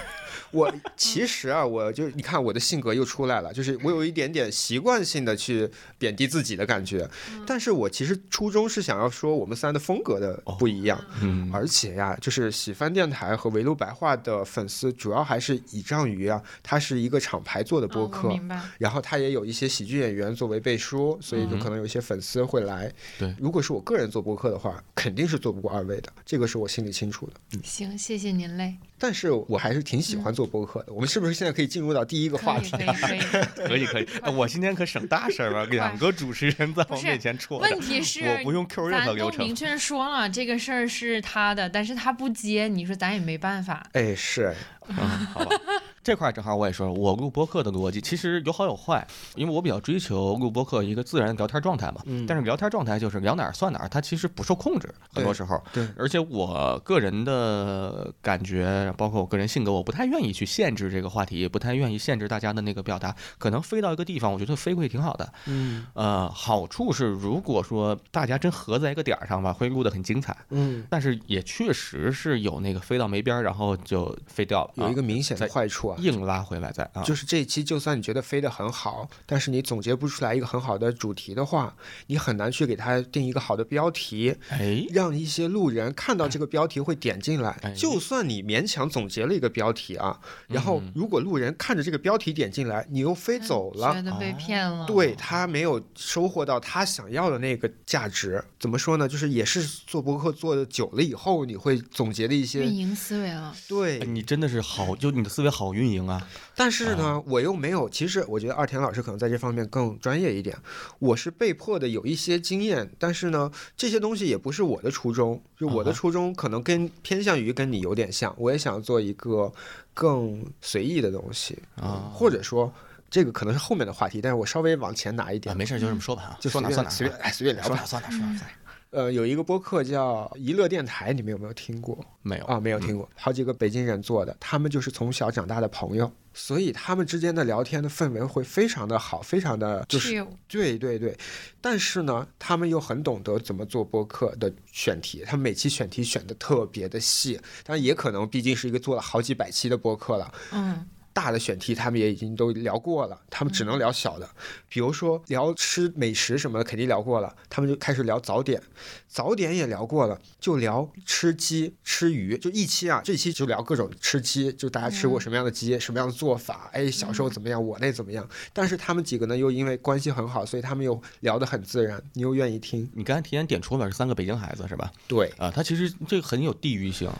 S1: 我其实啊，我就你看我的性格又出来了，就是我有一点点习惯性的去贬低自己的感觉，但是我其实初衷是想要说我们三的风格的不一样，
S2: 嗯，
S1: 而且呀、就是喜翻电台和围炉白话的粉丝主要还是倚仗于啊，它是一个厂牌做的播
S3: 嗯
S1: 客。
S3: 我明白。
S1: 然后它也有一些喜剧演员作为背书，所
S3: 嗯
S1: 以就可能有一些粉丝会来。
S2: 对
S1: 如果是我个人做播客的话，肯定是做不过二位的，这个是我心里清楚的。
S2: 嗯
S3: 行，谢谢您嘞。
S1: 但是我还是挺喜欢做播客的。我们是不是现在可以进入到第一个话
S3: 嗯可以
S1: 题？
S3: 可以可
S2: 可
S3: 以。
S2: 以可 以，哎我今天可省大事儿了，两个主持人在 我面前戳的
S3: 问，题是，
S2: 我不用 Q 任何
S3: 咱
S2: 流
S3: 都
S2: 程
S3: 明。确说了这个事儿是他的，但是他不接，你说咱也没办法。
S1: 哎，是
S2: 啊，好吧。这块儿正好我也说了，我录播客的逻辑其实有好有坏，因为我比较追求录播客一个自然的聊天状态嘛。
S1: 嗯
S2: 但是聊天状态就是聊哪儿算哪儿，它其实不受控制，很多时候。
S1: 对
S2: 而且我个人的感觉，包括我个人性格，我不太愿意去限制这个话题，也不太愿意限制大家的那个表达。可能飞到一个地方，我觉得飞过去挺好的。
S1: 嗯
S2: 呃，好处是，如果说大家真合在一个点儿上吧，会录得很精彩。
S1: 嗯，
S2: 但是也确实是有那个飞到没边儿，然后就飞掉了啊。
S1: 有一个明显的坏处啊。
S2: 硬拉回来再啊，
S1: 就是这一期，就算你觉得飞得很好，但是你总结不出来一个很好的主题的话，你很难去给它定一个好的标题，
S2: 哎，
S1: 让一些路人看到这个标题会点进
S2: 哎
S1: 来。 就算你勉强总结了一个标题啊，然后
S2: 嗯
S1: 如果路人看着这个标题点进来，你又
S3: 嗯
S1: 飞走了
S3: 觉，得
S2: 啊
S3: 被骗了。
S1: 对他没有收获到他想要的那个价值。怎么说呢？就是也是做博客做的久了以后，你会总结的一
S3: 运
S1: 些
S3: 营思维了，
S2: 哎
S1: 对。
S2: 你真的是好，就你的思维好运营啊，
S1: 但是呢，我又没有。其实我觉得二田老师可能在这方面更专业一点。我是被迫的有一些经验，但是呢，这些东西也不是我的初衷。就我的
S2: 啊哈
S1: 初衷可能跟偏向于跟你有点像，我也想做一个更随意的东西
S2: 啊
S1: 或者说这个可能是后面的话题，但是我稍微往前拿一
S2: 啊，
S1: 点。
S2: 没事就这么说吧啊，
S1: 就
S2: 说哪
S1: 随便
S2: 算哪，
S1: 随便哎随便聊
S2: 说
S1: 吧
S2: 哪。啊算哪，说哪算哪，
S1: 呃，有一个播客叫娱乐电台，你们有没有听过？
S2: 没有，
S1: 啊，没有听过，好几个北京人做的，他们就是从小长大的朋友，所以他们之间的聊天的氛围会非常的好，非常的就是
S3: 有
S1: 对对对，但是呢，他们又很懂得怎么做播客的选题，他们每期选题选的特别的细，但也可能毕竟是一个做了好几百期的播客了，
S3: 嗯，
S1: 大的选题他们也已经都聊过了，他们只能聊小的，比如说聊吃美食什么的，肯定聊过了，他们就开始聊早点，早点也聊过了，就聊吃鸡、吃鱼，就一期啊，这期就聊各种吃鸡，就大家吃过什么样的鸡，什么样的做法，哎，小时候怎么样，我那怎么样，但是他们几个呢，又因为关系很好，所以他们又聊得很自然，你又愿意听，
S2: 你刚才提前点出了三个北京孩子是吧？
S1: 对，
S2: 啊，他其实这个很有地域性，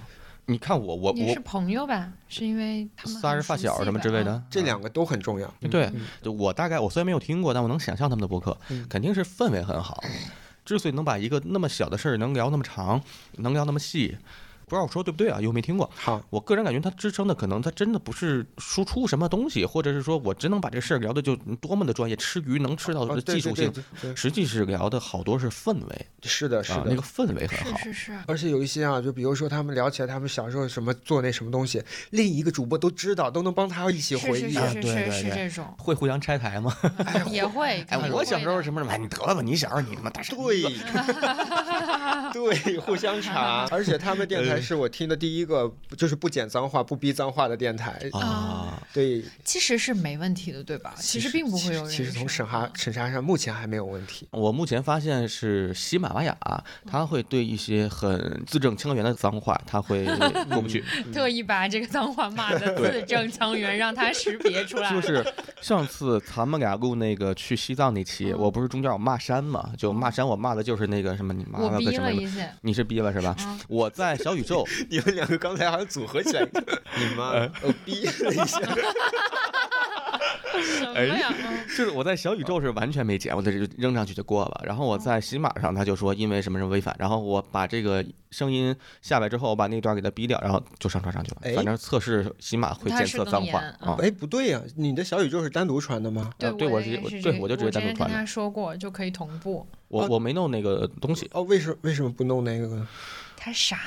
S2: 你看我哦我
S3: 也是
S2: 我
S3: 朋友吧？是因为他们
S2: 仨人
S3: 很
S2: 发
S3: 熟
S2: 小
S3: 悉啊
S2: 什么之类的，啊
S1: 这嗯两个都很重要，
S2: 嗯对，就我大概我虽然没有听过，但我能想象他们的播客，
S1: 嗯
S2: 肯定是氛围很好。之所以能把一个那么小的事儿能聊那么长，能聊那么细，不知道我说对不对啊，又没听过。
S1: 嗯好，
S2: 我个人感觉它支撑的可能它真的不是输出什么东西，或者是说我真能把这事儿聊的就多么的专业，吃鱼能吃到
S1: 哦
S2: 的技术
S1: 对
S2: 性，，
S1: 对对对
S2: 实际是聊的好多是氛围
S1: 是的，是
S2: 啊，
S1: 的
S2: 那个。氛围很
S3: 是
S2: 好。
S3: 是是，
S1: 而且有一些啊，就比如说他们聊起来，他们小时候什么做那什么东西，另一个主播都知道，都能帮他一起
S3: 是
S1: 回
S3: 是
S1: 忆。
S2: 啊
S3: 是是
S2: 对
S3: 是
S2: 对
S3: 是
S2: 对
S3: 这种，
S2: 会互相拆台吗？
S3: 也会。
S2: 哎，
S3: 也
S2: 我
S3: 会
S2: 小时候
S3: 的
S2: 什么什么，哎，你得了吧，你小时候你他妈大傻逼吧
S1: 对， 对，互相查。而且他们电台是我听的第一个，就是不剪脏话、不逼脏话的电台。
S2: 啊，
S1: 对，
S3: 其实是没问题的，对吧？其实并不会有人
S1: 其实从审
S3: 审
S2: 嗯
S1: 查审查上，目前还没有问题。
S2: 我目前发现是喜马拉雅，它会对一些很字正腔圆的脏话，它会 过不去。
S3: 特意把这个脏话骂的字正腔圆，让他识别出来。
S2: 就是上次咱们俩录那个去西藏那期，我不是中间我骂山嘛，就骂山，我骂的就是那个什么你妈
S3: 我
S2: 了个
S3: 逼
S2: 什么
S3: 了
S2: 什
S3: 一
S2: 么，
S3: 下，
S2: 你啊是逼了是吧？
S3: 嗯
S2: 我在小宇宙，
S1: 你们两个刚才好像组合起来，嗯你 妈我逼了一下。
S3: 什
S2: 哎
S3: 么呀？嗯
S2: 就是我在小宇宙是完全没剪，我在这就扔上去就过了。然后
S1: 嗯
S2: 我在喜马上，他就说因为什么什么违反，然后我把这个声音下来之后，我把那段给它逼掉，然后就上传上去
S1: 哎
S2: 了。反正测试喜马会
S3: 它
S2: 监
S3: 是嗯
S2: 测
S3: 更
S2: 脏话
S3: 严
S2: 啊。
S1: 哎，不对呀、你的小宇宙是单独传的吗？
S2: 呃对
S3: 我
S2: 我
S3: 的
S2: 直
S3: 应
S2: 接
S3: 该
S2: 我
S3: 是
S2: 对
S3: 这个
S2: 我就直接单独
S3: 跟
S2: 传的
S3: 他说过，就可以同步。
S2: 我
S1: 哦
S2: 我没弄那个东西，
S1: 哦，为什么为什么不弄那个呢？
S3: 他傻，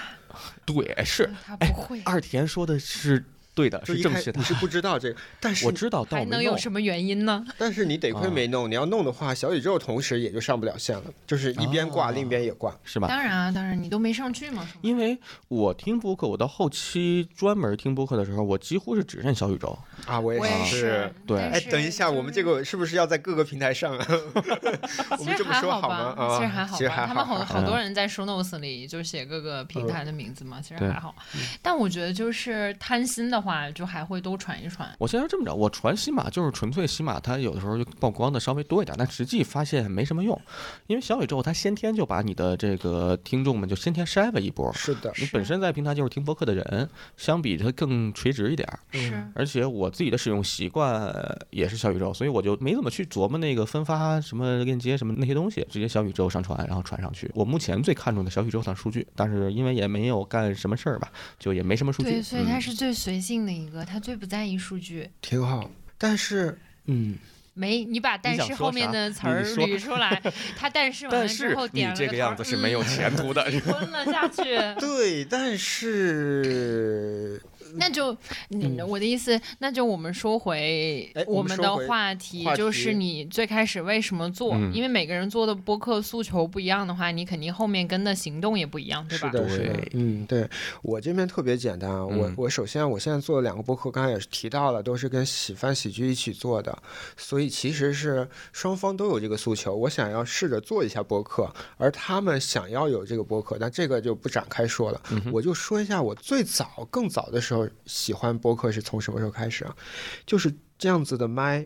S2: 对，是哎
S3: 他不会，
S2: 二田说的是对的，
S1: 就是一
S2: 正
S1: 开
S2: 确的
S1: 你。是不知道这个，但是
S2: 我知道，但
S3: 还
S2: 我
S3: 能
S2: 没
S3: 有
S2: 弄。
S3: 什么原因呢？
S1: 但是你得亏
S2: 啊
S1: 没弄，你要弄的话，小宇宙同时也就上不了线了，就是一边挂、
S2: 啊
S1: 另一边也挂。
S2: 是吧？
S3: 当然啊，当然，你都没上去嘛。是吗
S2: 因为我听播客，我到后期专门听播客的时候，我几乎是只认小宇宙。
S1: 啊，我
S3: 我也是。
S2: 对
S3: 但
S1: 哎，
S3: 是嗯
S1: 等一下，我们这个是不是要在各个平台上 啊？我
S3: 其
S1: 们
S3: 实
S1: 这么
S3: 还
S1: 说
S3: 好
S1: 好吗？
S3: 吧，
S1: 啊，
S3: 其实还好
S1: 其实
S3: 吧。
S1: 还
S3: 他们
S1: 好
S3: 好
S1: 啊
S3: 好多人在 show notes 里就写各个平台的名字嘛，其实还好。
S1: 嗯
S3: 但我觉得就是贪心的话，就还会都传一传。
S2: 我现在是这么着，我传喜马就是纯粹喜马，它有的时候就曝光的稍微多一点，但实际发现没什么用，因为小宇宙它先天就把你的这个听众们就先天筛了一波。
S1: 是的，
S2: 你本身在平台就是听播客的人，相比它更垂直一点儿，
S1: 嗯
S3: 是
S2: 而且我自己的使用习惯呃也是小宇宙，所以我就没怎么去琢磨那个分发什么链接什么那些东西，直接小宇宙上传，然后传上去。我目前最看重的小宇宙上数据，但是因为也没有干什么事儿吧，就也没什么数据。
S3: 对，所以
S2: 嗯
S3: 他是最随性的一个，他最不在意数据。
S1: 挺好。但是
S2: 嗯，
S3: 没，你把但
S2: 想
S3: 是
S2: 说
S3: 后面
S2: 啥
S3: 的词儿
S2: 你说
S3: 捋出 来，他但是完了之后点了个头儿嗯
S2: 前途 的。
S3: 吞了下去，
S1: 对，但是
S3: 那就你我的意思，那就我们说回
S1: 嗯哎
S3: 我
S1: 我
S3: 们
S1: 们
S3: 的
S1: 说回
S3: 话题
S1: 话，题
S3: 就是你最开始为什么做？
S2: 嗯
S3: 因为每个人做的播客诉求不一样的话，你肯定后面跟的行动也不一样，对吧
S1: 是？的，是的
S2: 对，
S1: 嗯，对我这边特别简单啊。我
S2: 嗯
S1: 我首先我现在做的两个播客，刚才也是提到了，都是跟喜番喜剧一起做的，所以其实是双方都有这个诉求。我想要试着做一下播客，而他们想要有这个播客，但这个就不展开说了。
S2: 嗯
S1: 我就说一下我最早更早的时候喜欢播客是从什么时候开始啊？就是这样子的麦。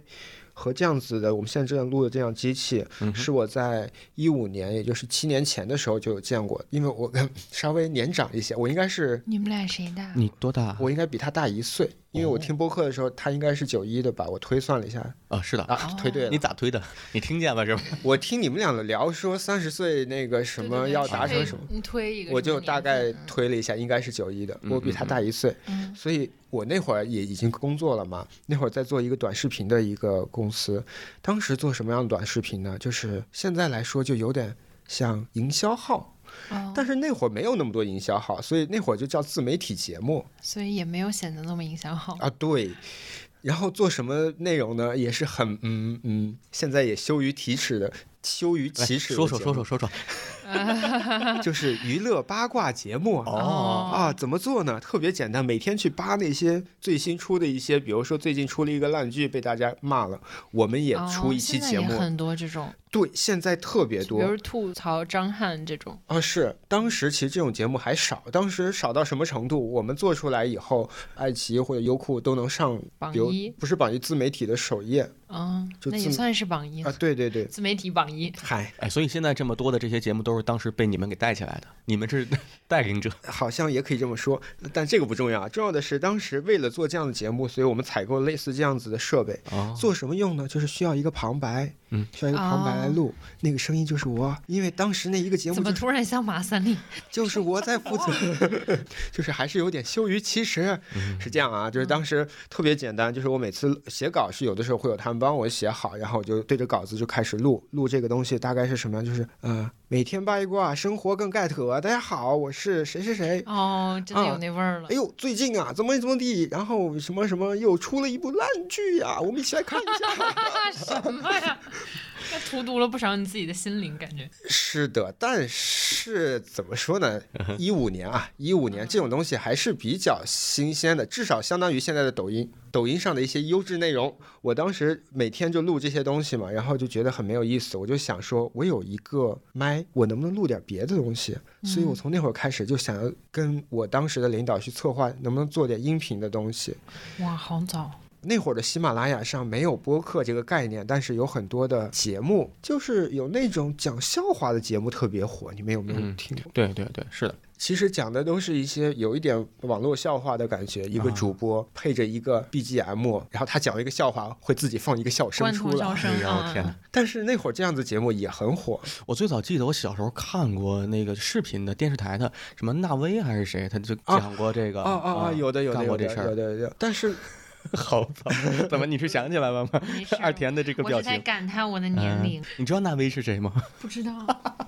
S1: 和这样子的，我们现在这样录的这样机器，
S2: 嗯
S1: 是我在一五年，也就是七年前的时候就有见过，因为我跟稍微年长一些，我应该是
S3: 你们俩谁大？
S2: 你多大？
S1: 我应该比他大一啊岁，因为我听播客的时候他应该是九一的吧，我推算了一下
S2: 啊，是的，
S1: 啊，推对
S2: 你
S1: 了。
S2: 咋推的？你听见了是吧？
S1: 我听你们两个聊说三十岁那个什么要达成什么，
S3: 你推一个，
S1: 我就大概推了一嗯下，应该是九一的，我比他大一岁，
S3: 嗯
S1: 所以我那会儿也已经工作了嘛，那会儿在做一个短视频的一个公司，当时做什么样的短视频呢？就是现在来说就有点像营销号，
S3: 哦
S1: 但是那会儿没有那么多营销号，所以那会儿就叫自媒体节目
S3: 所以也没有显得那么影响好。
S1: 啊，对。然后做什么内容呢？也是很嗯嗯，现在也羞于启齿的，羞于
S2: 来
S1: 启齿的
S2: 说说
S1: 节
S2: 说
S1: 目，
S2: 说说说。
S1: 就是娱乐八卦节目
S3: 哦
S1: 啊。
S2: 哦
S1: 啊，怎么做呢？特别简单，每天去扒那些最新出的一些，比如说最近出了一个烂剧被大家骂了，我们也
S3: 哦
S1: 出一期
S3: 现在
S1: 节
S3: 也
S1: 目。
S3: 很多这种，
S1: 对，现在特别
S3: 比如
S1: 多
S3: 吐槽张翰这种，
S1: 啊！是，当时其实这种节目还少，当时少到什么程度？我们做出来以后，爱奇艺或者优酷都能上，
S3: 榜
S1: 比如
S3: 一
S1: 不是榜一自媒体的首页，
S3: 嗯，
S1: 就
S3: 那也
S1: 自
S3: 算是榜一
S1: 啊，，对对对，
S3: 自媒体榜一。
S1: 嗨，
S2: 哎，所以现在这么多的这些节目都是当时被你们给带起来的，你们 是带领者。
S1: 好像也可以这么说，但这个不重要，重要的是当时为了做这样的节目，所以我们采购类似这样子的设备，
S2: 哦，
S1: 做什么用呢？就是需要一个旁白，
S2: 嗯，
S1: 需要一个旁白来
S3: 哦
S1: 录，那个声音就是我，因为当时那一个节目
S3: 怎么
S1: 就是
S3: 突然像马三立？
S1: 就是我在负责， 就是还是有点羞于启齿，是这样
S2: 嗯
S1: 啊，就是当时特别简单，就是我每次写稿是有的时候会有他们帮我写好，然后我就对着稿子就开始录，录这个东西大概是什么样，就是呃每天八一卦，生活更盖特，大家好，我是谁谁谁。
S3: 哦，真的
S1: 啊
S3: 有那味儿了
S1: 哎。呦，最近啊，怎么怎么地，然后什么什么又出了一部烂剧呀、我们一起来看一下。
S3: 啊什么呀？那荼毒了不少你自己的心灵，感觉。
S1: 是的，但是怎么说呢？一五年啊，一五年这种东西还是比较新鲜的，至少相当于现在的抖音，抖音上的一些优质内容。我当时每天就录这些东西嘛，然后就觉得很没有意思，我就想说，我有一个麦，我能不能录点别的东西？所以我从那会儿开始就想要跟我当时的领导去策划，能不能做点音频的东西。
S3: 哇，好早。
S1: 那会儿的喜马拉雅上没有播客这个概念，但是有很多的节目，就是有那种讲笑话的节目特别火，你们有没有
S2: 嗯
S1: 听过？
S2: 对对对，是的，
S1: 其实讲的都是一些有一点网络笑话的感觉，一个主播配着一个 BGM，然后他讲一个笑话，会自己放一个笑声
S3: 罐
S1: 出
S3: 头笑
S1: 来。
S3: 声
S2: 哎
S3: 啊
S2: 呦！天哪！
S1: 但是那会儿这样子节目也很火，
S2: 我最早记得我小时候看过那个视频的电视台的什么纳威还是谁，他就讲过这个。
S1: 啊啊啊！有的有的
S2: 干
S1: 有
S2: 过
S1: 的
S2: 这事
S1: 有
S2: 儿。
S1: 的有的，但是
S2: 好早，怎么你是想起来了吗？
S3: 没事
S2: 二田的这个
S3: 我
S2: 表
S3: 是在
S2: 情。
S3: 感叹我的年龄
S2: 嗯，你知道纳威是谁吗？
S3: 不知道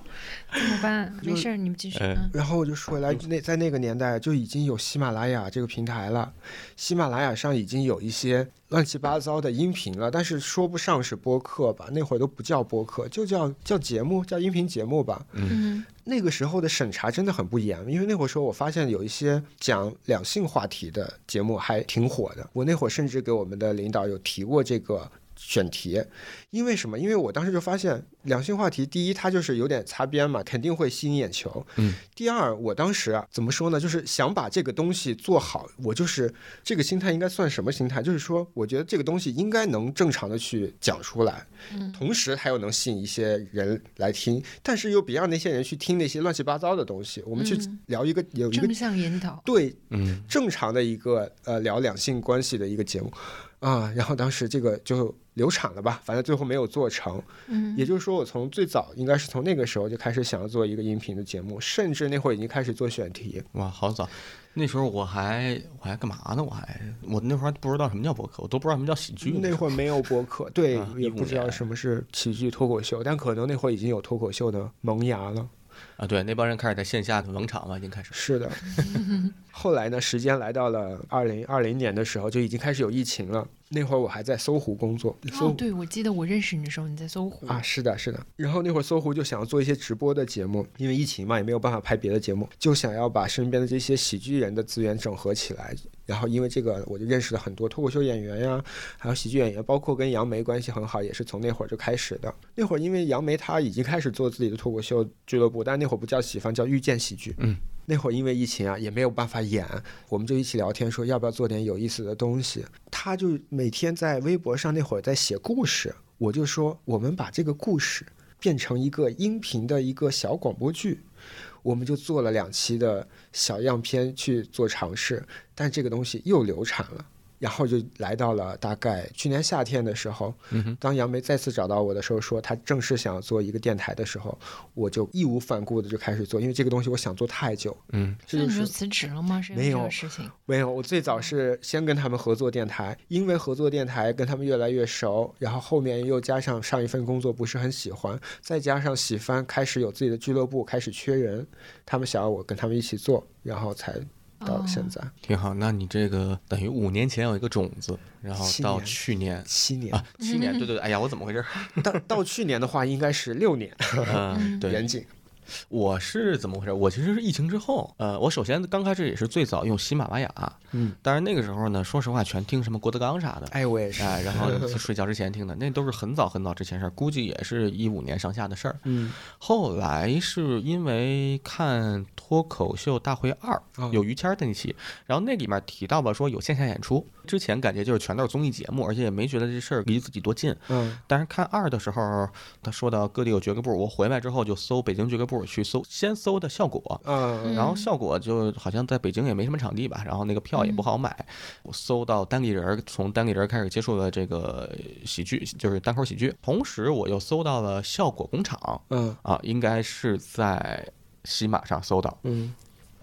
S3: 怎么办？没事儿，你们继续。
S2: 哎
S3: 嗯
S1: 然后我就说来，那在那个年代就已经有喜马拉雅这个平台了，喜马拉雅上已经有一些乱七八糟的音频了，但是说不上是播客吧，那会儿都不叫播客，就叫叫节目，叫音频节目吧。
S3: 嗯，
S1: 那个时候的审查真的很不严，因为那会儿说，我发现有一些讲两性话题的节目还挺火的。我那会儿甚至给我们的领导有提过这个选题，因为什么？因为我当时就发现两性话题，第一它就是有点擦边嘛，肯定会吸引眼球。
S2: 嗯。
S1: 第二，我当时啊，怎么说呢？就是想把这个东西做好，我就是这个心态应该算什么心态？就是说，我觉得这个东西应该能正常的去讲出来。同时还有能吸引一些人来听，但是又别让那些人去听那些乱七八糟的东西。我们去
S3: 嗯
S1: 聊一个、有一个
S3: 正向引导。
S1: 对
S2: 嗯，
S1: 正常的一个呃聊两性关系的一个节目啊，然后当时这个就流产了吧，反正最后没有做成。
S3: 嗯，
S1: 也就是说，我从最早应该是从那个时候就开始想要做一个音频的节目，甚至那会儿已经开始做选题。
S2: 哇，好早。那时候我还我还干嘛呢？我还我那会儿还不知道什么叫博客，我都不知道什么叫喜剧。
S1: 那会儿没有博客，对，
S2: 啊
S1: 也不知道
S2: 15
S1: 什么是喜剧脱口秀，但可能那会儿已经有脱口秀的萌芽了。
S2: 啊，对，那帮人开始在线下的冷场了，已经开始。
S1: 是 的。后来呢，时间来到了二零二零年的时候，就已经开始有疫情了。那会儿我还在搜狐工作，搜
S3: 哦，
S1: 狐、
S3: 对，我记得我认识你的时候，你在搜狐
S1: 啊，是的，是的。然后那会儿搜狐就想要做一些直播的节目，因为疫情嘛，也没有办法拍别的节目，就想要把身边的这些喜剧人的资源整合起来。然后因为这个，我就认识了很多脱口秀演员呀，还有喜剧演员，包括跟杨梅关系很好，也是从那会儿就开始的。那会儿因为杨梅她已经开始做自己的脱口秀俱乐部，但那会儿不叫喜番，叫遇见喜剧。
S2: 嗯。
S1: 那会儿因为疫情啊，也没有办法演，我们就一起聊天，说要不要做点有意思的东西。他就每天在微博上那会儿在写故事，我就说我们把这个故事变成一个音频的一个小广播剧，我们就做了两期的小样片去做尝试，但这个东西又流产了。然后就来到了大概去年夏天的时候，当杨梅再次找到我的时候，说她正式想要做一个电台的时候，我就义无反顾的就开始做，因为这个东西我想做太久。
S2: 嗯，
S1: 这
S3: 那
S1: 就
S3: 你就是辞职了吗？是因
S1: 没
S3: 为这
S1: 有
S3: 个事情？
S1: 没有，我最早是先跟他们合作电台，因为合作电台跟他们越来越熟，然后后面又加上上一份工作不是很喜欢，再加上喜番开始有自己的俱乐部，开始缺人，他们想要我跟他们一起做，然后才到了现在、
S2: 挺好。那你这个等于五年前有一个种子，然后
S1: 七
S2: 到
S1: 年
S2: 去年
S1: 七年，
S2: 啊， 七年，对对对，哎呀，我怎么回事？
S1: 到到去年的话应该是六年
S2: 嗯，对，
S1: 远景。
S2: 我是怎么回事？我其实是疫情之后，呃，我首先刚开始也是最早用喜马拉雅，
S1: 嗯，
S2: 但是那个时候呢，说实话全听什么郭德纲啥的，
S1: 哎，我也是，
S2: 哎，然后 睡觉之前听的，那都是很早很早之前事儿，估计也是一五年上下的事儿。
S1: 嗯，
S2: 后来是因为看《脱口秀大会二
S1: 哦》
S2: 有于谦儿的那期，然后那里面提到了说有线下演出，之前感觉就是全都是综艺节目，而且也没觉得这事儿离自己多近。
S1: 嗯，
S2: 但是看二的时候，他说到各地有俱乐部，我回来之后就搜北京俱乐部，去搜先搜的效果，
S1: 嗯，
S2: 然后效果就好像在北京也没什么场地吧，然后那个票也不好买。我搜到单立人儿，从单立人儿开始接触了这个喜剧，就是单口喜剧。同时，我又搜到了效果工厂
S1: 嗯，
S2: 啊，应该是在喜马上搜到，
S1: 嗯，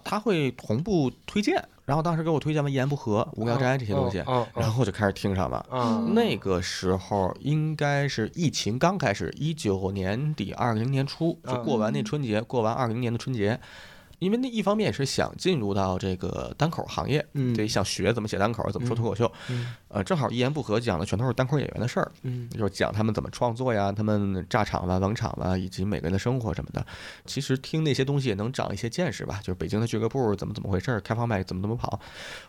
S2: 他会同步推荐。然后当时给我推荐了《一言不合》《无聊斋》这些东西，
S1: 哦
S2: 然后我就嗯开始听上了。
S1: 啊，
S2: 那个时候应该是疫情刚开始，一九年底、二零年初，就过完那
S1: 嗯
S2: 春节，过完二零年的春节。因为那一方面也是想进入到这个单口行业，
S1: 嗯
S2: 得想学怎么写单口，怎么说脱口秀。
S1: 嗯
S2: 呃，正好一言不合讲的全都是单口演员的事儿，
S1: 嗯
S2: 就是讲他们怎么创作呀，他们炸场了、冷场啊了，以及每个人的生活什么的。其实听那些东西也能长一些见识吧，就是北京的俱乐部怎么怎么回事儿，开放麦怎么怎么跑。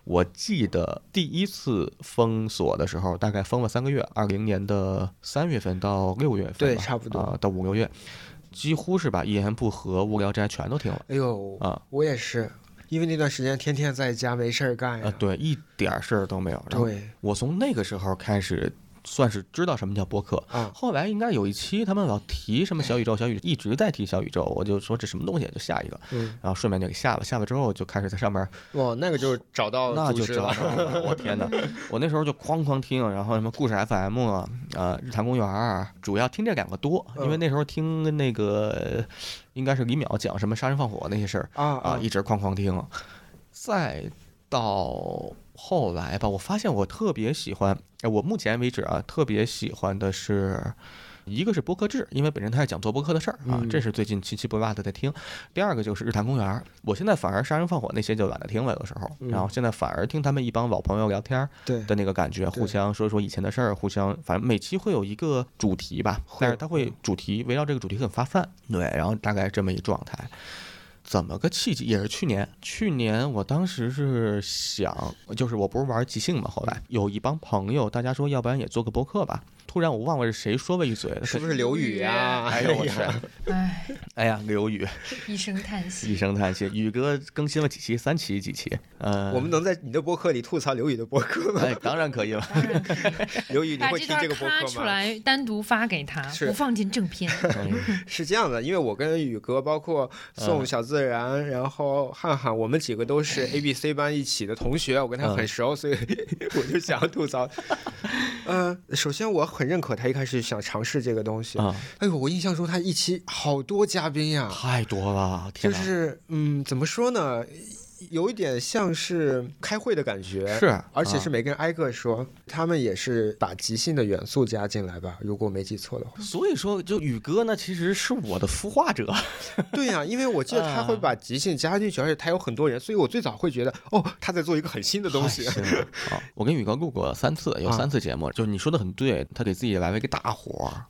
S2: 我记得第一次封锁的时候，大概封了三个月，二零年的三月份到六月份吧，
S1: 对差不多
S2: 啊、到五六月，几乎是把一言不合、无聊斋全都听了
S1: 哎呦，
S2: 啊。
S1: 我也是，因为那段时间天天在家没事儿干
S2: 啊，
S1: 哎呀，
S2: 对，一点儿事儿都没有。然后
S1: 对，
S2: 我从那个时候开始，算是知道什么叫播客。
S1: 啊
S2: 后来应该有一期他们老提什么小宇宙，小宇一直在提小宇宙，我就说这什么东西，就下一个，
S1: 嗯，
S2: 然后顺便就给下了。下了之后就开始在上面，
S1: 哇，哦那个就是找到
S2: 那
S1: 组
S2: 就
S1: 织
S2: 知道
S1: 了，
S2: 了。我天哪！我那时候就哐哐听，然后什么故事 FM 啊，呃，日坛公园啊，主要听这两个多，因
S1: 嗯
S2: 为那时候听那个应该是李淼讲什么杀人放火那些事儿，
S1: 啊
S2: 啊，一直哐哐听，再到后来吧，我发现我特别喜欢，哎我目前为止啊，特别喜欢的是。一个是播客制，因为本身他是讲做播客的事儿啊，这是最近七七不落的在听。第二个就是日坛公园儿，我现在反而杀人放火那些就懒得听了，有时候，然后现在反而听他们一帮老朋友聊天儿
S1: 对，
S2: 的那个感觉，互
S1: 对
S2: 相说说以前的事儿，互相反正每期会有一个主题吧，但是它会
S1: 嗯
S2: 主题围绕这个主题很发散，对，然后大概这么一状态。怎么个契机？也是去年，去年我当时是想，就是我不是玩即兴嘛，后来
S1: 嗯
S2: 有一帮朋友，大家说要不然也做个播客吧。突然我忘了是谁说了一嘴，
S1: 是不是刘宇啊？
S2: 哎呦我天！
S3: 唉，
S2: 哎呀，刘宇
S3: 一声叹息。
S2: 一声叹息，宇哥更新了几期？三期几期？呃，
S1: 我们能在你的播客里吐槽刘宇的播客 吗？
S2: 哎当然可以了。
S3: 当然可以
S1: 刘宇，你
S3: 把
S1: 会
S3: 这
S1: 听
S3: 段
S1: 这个播
S3: 咔
S1: 客
S3: 出
S1: 吗？
S3: 来，单独发给他，
S1: 是
S3: 不放进正片。
S1: 是这样的，因为我跟宇哥，包括宋、
S2: 嗯
S1: 小自然，然后汉汉，我们几个都是 A、B、C 班一起的同学，我跟他很熟，所以 我就想要吐槽。呃，首先我很认可他一开始想尝试这个东西。
S2: 啊、
S1: 哎呦，我印象中他一期好多嘉宾呀，
S2: 太多了，天
S1: 就
S2: 哪！
S1: 是嗯，怎么说呢，有一点像是开会的感觉，
S2: 是
S1: 而且
S2: 啊
S1: 是每个人挨个说，他们也是把即兴的元素加进来吧，如果没记错的话。
S2: 所以说，就宇哥呢，其实是我的孵化者。
S1: 对呀、因为我记得他会把即兴加进去，而且他有很多人，所以我最早会觉得哦，他在做一个很新的东西。
S2: 太 新了啊我跟宇哥录过三次，有三次节目，就是你说的很对，他给自己来了一个大活儿，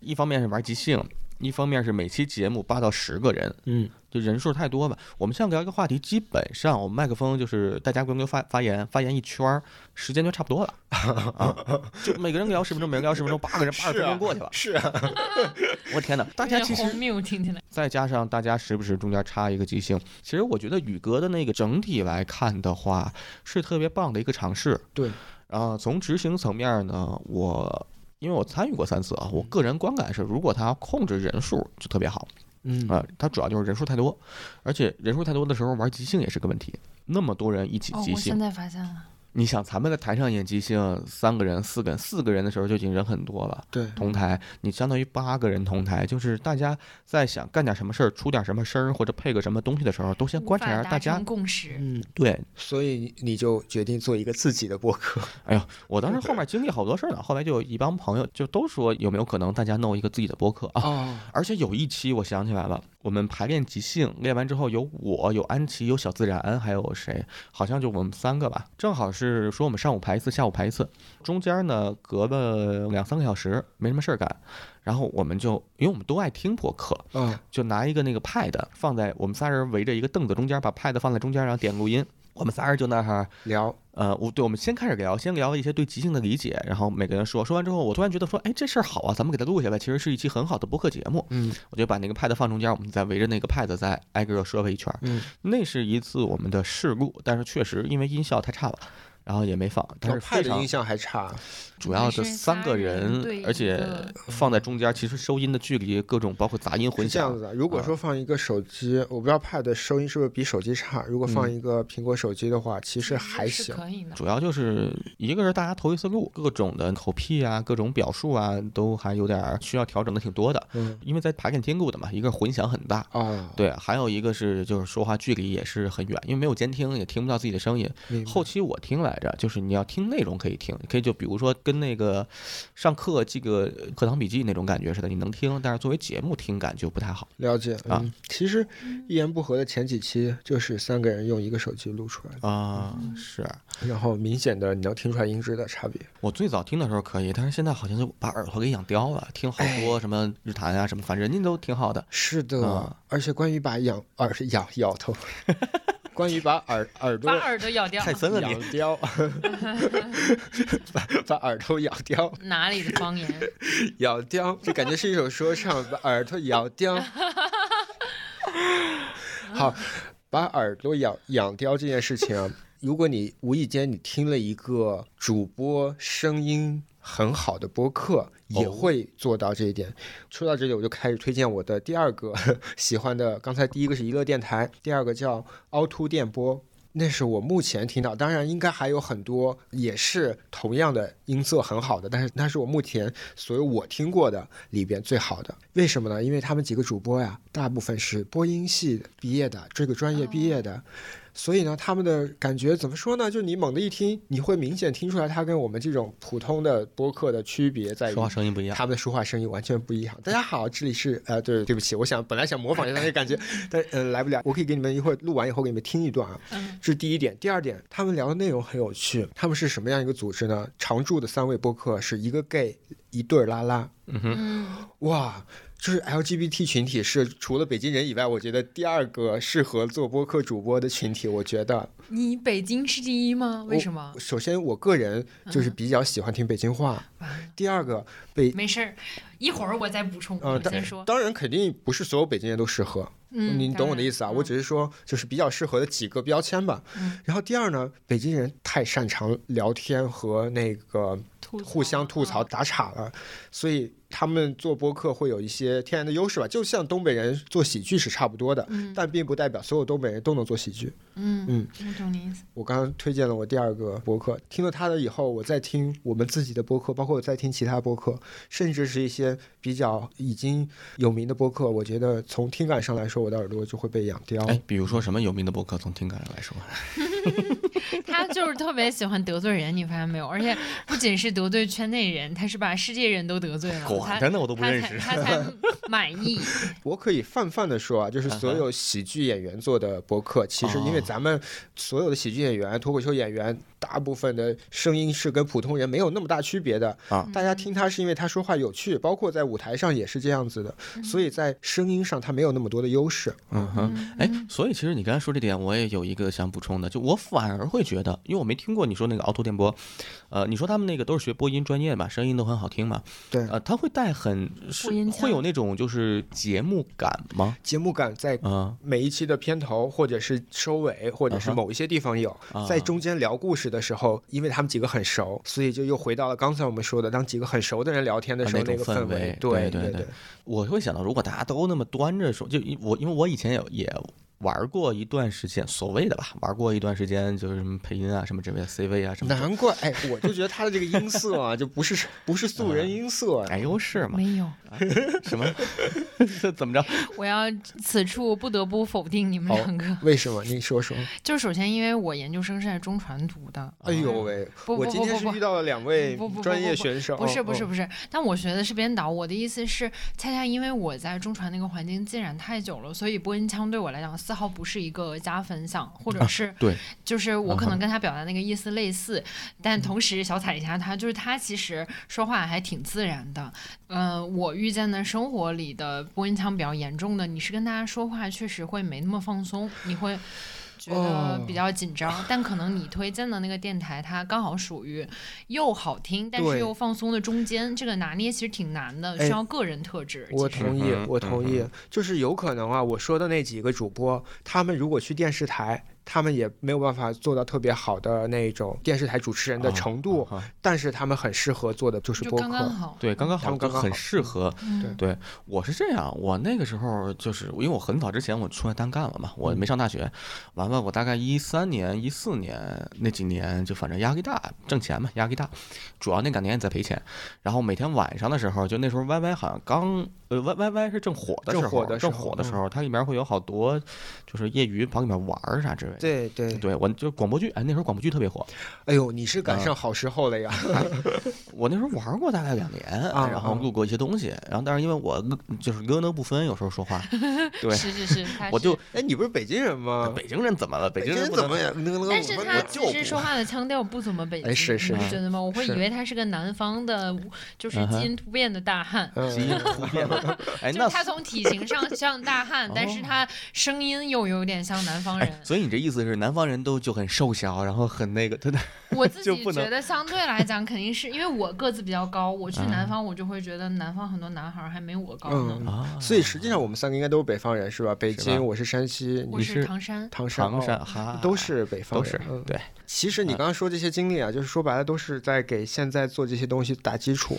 S2: 一方面是玩即兴，一方面是每期节目八到十个人，
S1: 嗯，
S2: 就人数太多了。我们现在聊一个话题，基本上我们麦克风就是大家轮流发发言，发言一圈儿，时间就差不多了啊，就每个人聊十分钟，每人聊十分钟，八个人八十分钟过 去了。
S1: 是啊，
S2: 我天哪，大
S3: 有
S2: 家
S3: 点
S2: 其实
S3: 荒谬，听起来。
S2: 再加上大家时不时中间插一个即兴，其实我觉得宇哥的那个整体来看的话，是特别棒的一个尝试。
S1: 对，
S2: 然后从执行层面呢，我因为我参与过三次啊，我个人观感是，如果他控制人数就特别好
S1: 嗯
S2: 啊、他主要就是人数太多，而且人数太多的时候玩即兴也是个问题，那么多人一起
S3: 哦
S2: 即，
S3: 我
S2: 兴
S3: 现，在发现了，
S2: 你想咱们在台上演即兴，三个人、四个人、四个人的时候就已经人很多了。
S1: 对，
S2: 同台，你相当于八个人同台，就是大家在想干点什么事儿、出点什么声儿或者配个什么东西的时候，都先观察一
S3: 无
S2: 下
S3: 法
S2: 大
S3: 达
S2: 家
S3: 成。共识。
S1: 嗯，
S2: 对，
S1: 所以你就决定做一个自己的博客。
S2: 哎呦，我当时后面经历好多事儿呢，后来就有一帮朋友就都说有没有可能大家弄一个自己的播客啊。
S1: 哦，
S2: 而且有一期我想起来了，我们排练即兴，练完之后有我、有安琪、有小自然，还有谁？好像就我们三个吧。正好是说我们上午排一次，下午排一次，中间呢隔了两三个小时，没什么事儿干。然后我们就，因为我们都爱听播客，
S1: 嗯，
S2: 就拿一个那个 pad 放在我们仨人围着一个凳子中间，把 pad 放在中间，然后点录音。我们仨人就那儿
S1: 聊
S2: 呃，我对我们先开始聊，先聊一些对即兴的理解，然后每个人说，说完之后，我突然觉得说，哎，这事儿好啊，咱们给它录下来，其实是一期很好的播客节目。
S1: 嗯，
S2: 我就把那个 pad 放中间，我们再围着那个 pad 再挨个说了一圈。
S1: 嗯，
S2: 那是一次我们的事故，但是确实因为音效太差了，然后也没放，但是
S1: 派
S2: 非
S1: 的
S2: 常
S1: 印象还差，
S2: 主要的三个人
S3: 还是仨人对一，个
S2: 而且放在中间，其实收音的距离各种包括杂音混
S1: 是这样
S2: 响
S1: 子，的。如果说放一个手机，我不知道 Pad 的收音是不是比手机差。如果放一个苹果手机的话，其实还
S3: 嗯是
S1: 行。
S3: 可以的。
S2: 主要就是一个是大家头一次录，各种的口癖啊，各种表述啊，都还有点儿需要调整的挺多的。
S1: 嗯，
S2: 因为在爬电听录的嘛，一个是混响很大，
S1: 哦，
S2: 对，还有一个是就是说话距离也是很远，因为没有监听，也听不到自己的声音。
S1: 明白
S2: 后期我听来着，就是你要听内容可以听，可以就比如说跟那个上课记个课堂笔记那种感觉似的，你能听，但是作为节目听感就不太好。
S1: 了解
S2: 啊
S1: 嗯。其实一言不合的前几期就是三个人用一个手机录出来
S2: 啊、是
S1: 的，然后明显的你能听出来音质的差别。
S2: 我最早听的时候可以，但是现在好像就把耳朵给养刁了，听好
S3: 哎
S2: 多什么日坛啊什么，反正人家都挺好的。
S1: 是的，
S2: 啊
S1: 而且关于把养耳养咬头， 关于把耳耳朵
S3: 把耳朵咬掉，
S2: 太森了你，
S1: 养 掉，把把耳朵咬掉，
S3: 哪里的方言？
S1: 咬掉，这感觉是一首说唱，把耳朵咬掉。 好，把耳朵咬养掉这件事情啊，如果你无意间你听了一个主播声音很好的播客，也
S2: 哦
S1: 会做到这一点。说到这里，我就开始推荐我的第二个 喜欢的。刚才第一个是娱乐电台，第二个叫凹凸电波。那是我目前听到，当然应该还有很多也是同样的音色很好的，但是那是我目前所有我听过的里边最好的。为什么呢？因为他们几个主播呀，大部分是播音系毕业的，这个专业毕业的，所以呢，他们的感觉怎么说呢？就你猛地一听，你会明显听出来他跟我们这种普通的播客的区别在于
S2: 说话声音啊不一样。
S1: 他们的说话声音完全不一样。大家好，这里是呃，对，对不起，我想本来想模仿一下那个感觉，但嗯、呃来不了。我可以给你们一会儿录完以后给你们听一段啊。
S3: 嗯，
S1: 这是第一点，第二点，他们聊的内容很有趣。他们是什么样一个组织呢？常驻的三位播客是一个 gay，一对儿拉拉。
S2: 嗯哼，
S3: 嗯，
S1: 哇，就是 LGBT 群体是除了北京人以外，我觉得第二个适合做播客主播的群体。我觉得，
S3: 你北京是第一吗？为什么？
S1: 首先我个人就是比较喜欢听北京话。
S3: 完了
S1: 第二个，北
S3: 没事儿，一会儿我再补充。
S1: 呃
S3: 你先说。
S1: 当然肯定不是所有北京人都适合，
S3: 嗯，
S1: 你懂我的意思啊？我只是说，就是比较适合的几个标签吧。
S3: 嗯
S1: 然后第二呢，北京人太擅长聊天和那个
S3: 是
S1: 互相吐
S3: 嗯
S1: 槽、打岔了，所以他们做播客会有一些天然的优势吧，就像东北人做喜剧是差不多的，
S3: 嗯
S1: 但并不代表所有东北人都能做喜剧。
S3: 嗯
S1: 嗯
S3: 嗯，我懂你意思。
S1: 我刚刚推荐了我第二个播客，听了他的以后，我再听我们自己的播客，包括我在听其他播客，甚至是一些比较已经有名的播客，我觉得从听感上来说，我的耳朵就会被养刁。
S2: 哎，比如说什么有名的博客，从听感上来说，嗯
S3: 他就是特别喜欢得罪人，你发现没有？而且不仅是得罪圈内人，他是把世界人都得罪了。
S2: 管
S3: 他
S2: 他呢，我都不认识。
S3: 嗯他才他 才满意。
S1: 我可以泛泛的说啊，
S2: 嗯
S1: 就是所有喜剧演员做的播客，其实
S2: 哦
S1: 因为咱们所有的喜剧演员、脱口秀演员，大部分的声音是跟普通人没有那么大区别的
S2: 啊
S1: 大家听他是因为他说话有趣，包括在舞台上也是这样子的，所以在声音上他没有那么多的优势。
S2: 嗯 哼，哎，所以其实你刚才说这点，我也有一个想补充的，就我反而会觉得，因为我没听过你说那个凹凸电波，呃，你说他们那个都是学播音专业嘛，声音都很好听嘛，
S1: 对
S2: 呃，他会带很是
S3: 播音腔
S2: 会有那种就是节目感吗？
S1: 节目感在
S2: 啊、
S1: 每一期的片头，或者是收尾，或者是
S2: 啊哈
S1: 某一些地方有
S2: 啊，
S1: 在中间聊故事的时候，因为他们几个很熟，所以就又回到了刚才我们说的，当几个很熟的人聊天的时候，
S2: 啊那
S1: 那
S2: 种
S1: 个
S2: 氛
S1: 围
S2: 围，
S1: 对
S2: 对对
S1: 对
S2: 我会想到，如果大家都那么端着说，就因我因为我以前也也玩过一段时间，所谓的吧，玩过一段时间就是什么配音啊，什么之类的 CV 啊，什么的。
S1: 难怪，哎，我就觉得他的这个音色啊，就不是不是素人音色呀、
S2: 哎呦是 吗？
S3: 没有，
S2: 什么？这怎么着？
S3: 我要此处不得不否定你们两个。
S1: 为什么？你说说。
S3: 就是首先，因为我研究生是在中传读的，
S1: 哎呦喂，
S3: 不
S1: 我
S3: 不
S1: 今
S3: 不
S1: 天
S3: 不
S1: 是
S3: 不
S1: 遇到了两位
S3: 不不不
S1: 专业
S3: 不不
S1: 选手，
S3: 不是
S1: 哦
S3: 不是
S1: 哦
S3: 不是，但我学的是编导。我的意思是，恰恰因为我在中传那个环境浸染太久了，所以播音腔对我来讲丝毫不是一个加分项，或
S1: 啊
S3: 者是
S2: 对，
S3: 就是我可能跟他表达那个意思类似，但同时小踩一下他，就是他其实说话还挺自然的。嗯、我遇见的生活里的播音腔比较严重的，你是跟大家说话确实会没那么放松，你会。觉得
S1: 哦
S3: 比较紧张，但可能你推荐的那个电台，它刚好属于又好听，但是
S1: 对
S3: 又放松的中间，这个拿捏其实挺难的，
S1: 哎
S3: 需要个人特质。
S1: 我
S3: 其实
S1: 同意
S2: 嗯，哼
S1: 我同意，就是有可能啊，我说的那几个主播，他们如果去电视台，他们也没有办法做到特别好的那种电视台主持人的程度，
S2: 啊啊
S1: 但是他们很适合做的就是
S3: 就
S1: 播
S3: 刚刚
S1: 客。
S3: 好，
S2: 对，刚刚
S1: 他
S2: 好
S1: 们
S2: 就
S1: 刚刚
S2: 很
S1: 好
S2: 适合
S3: 嗯，
S2: 对，我是这样，我那个时候就是因为我很早之前我出来单干了嘛，
S1: 嗯
S2: 我没上大学，完了我大概一三年、一四年那几年就反正压力大，挣钱嘛，压力大，主要那两年在赔钱，然后每天晚上的时候，就那时候 YY 好像刚呃 YYY 是正火的时
S1: 正
S2: 候，
S1: 火的
S2: 正
S1: 时候嗯
S2: 火的时候，它里面会有好多就是业余跑里面玩儿啥之类的。
S1: 对对，
S2: 对，我就广播剧，哎，那时候广播剧特别火，
S1: 哎呦，你是赶
S2: 啊
S1: 上好时候了呀！
S2: 我那时候玩过大概两年，
S1: 啊
S2: 然后录过一些东西，然后但是因为我就是咯呢不分，有时候说话，对，
S3: 是是是， 他
S2: 我
S3: 是
S2: 就
S1: 哎，你不是北京人
S3: 啊
S1: 吗？
S2: 北京人怎么了？北
S1: 北
S2: 京人不
S1: 怎
S2: 能
S1: 么也能能？
S3: 但是
S1: 我们
S3: 他
S1: 我
S3: 其实说话的腔调不怎么北京，
S1: 哎是是
S3: 你
S2: 是
S3: 觉得吗？我会以
S1: 是
S3: 为他是个南方的，就是
S2: 嗯哼
S3: 基因突变的大汉。
S2: 基因
S1: 嗯，
S2: 突变 了？哎，
S3: 就
S2: 那
S3: 是他从体型上 像大汉，但
S1: 哦
S3: 是他声音又有点像南方人。
S2: 哎，所以你这意思是南方人都就很瘦小，然后很那个，他的
S3: 我自
S2: 就
S3: 己
S2: 不能
S3: 觉得相对来讲，肯定是因为我个子比较高，我去南方我就会觉得南方很多男孩儿还没我高呢。
S1: 嗯
S2: 啊
S1: 所以实际上我们三个应该都是北方人是吧？北
S2: 是吧
S1: 京，我是山西，
S3: 我
S1: 你
S2: 是
S3: 唐山，
S1: 唐山，
S2: 长
S1: 哦
S2: 沙哈
S1: 都是北方
S2: 啊都
S1: 人
S2: 是，
S1: 嗯
S2: 对，
S1: 其实你刚刚说这些经历啊，就是说白了都是在给现在做这些东西打基础。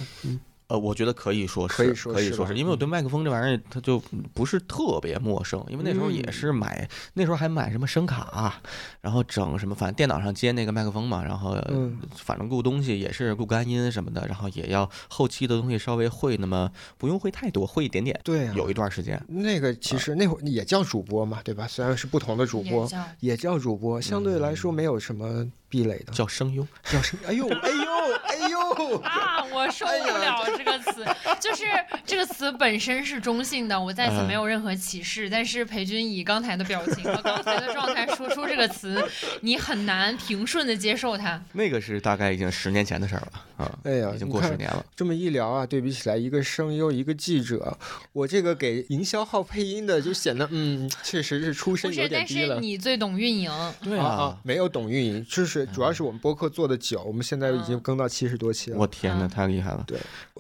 S2: 呃，我觉得可以说是
S1: 可以说
S2: 可以
S1: 是
S2: 说
S1: 吧嗯
S2: 是，因为我对麦克风这玩意儿它就不是特别陌生，因为那时候也
S1: 嗯
S2: 是买，那时候还买什么声卡，然后整什么，反正电脑上接那个麦克风嘛，然后
S1: 嗯
S2: 反正录东西也是录干音什么的，然后也要后期的东西稍微会那么不用会太多，会一点点，
S1: 对啊，
S2: 有一段时间。
S1: 那个其实那会儿也叫主播嘛，对吧？虽然是不同的主
S3: 也
S1: 播，
S3: 叫
S1: 也叫主播，相对来说没有什么壁垒的。
S2: 嗯叫声优，
S1: 叫声，哎呦，哎呦，哎 呦，
S3: 啊，我受不了这个词，就是这个词本身是中性的，我在此
S1: 嗯
S3: 没有任何歧视。但是裴军以刚才的表情和刚才的状态说出这个词，你很难平顺的接 受它。
S2: 那个是大概已经十年前的事儿了 啊，
S1: 哎呀，
S2: 已经
S1: 你
S2: 过十
S1: 看
S2: 年了。
S1: 这么一聊啊，对比起来，一个声优，一个记者，我这个给营销号配音的就显得，嗯，确实是出
S3: 不
S1: 身有
S3: 是，
S1: 点
S3: 但
S1: 低
S3: 是
S1: 了。
S3: 你最懂运营，
S2: 对
S1: 啊啊，，没有懂运营，就是主要是我们播客做的久，我们现在已经
S3: 嗯
S1: 更到七十多期了。
S2: 我天哪，
S3: 嗯
S2: 太厉害了！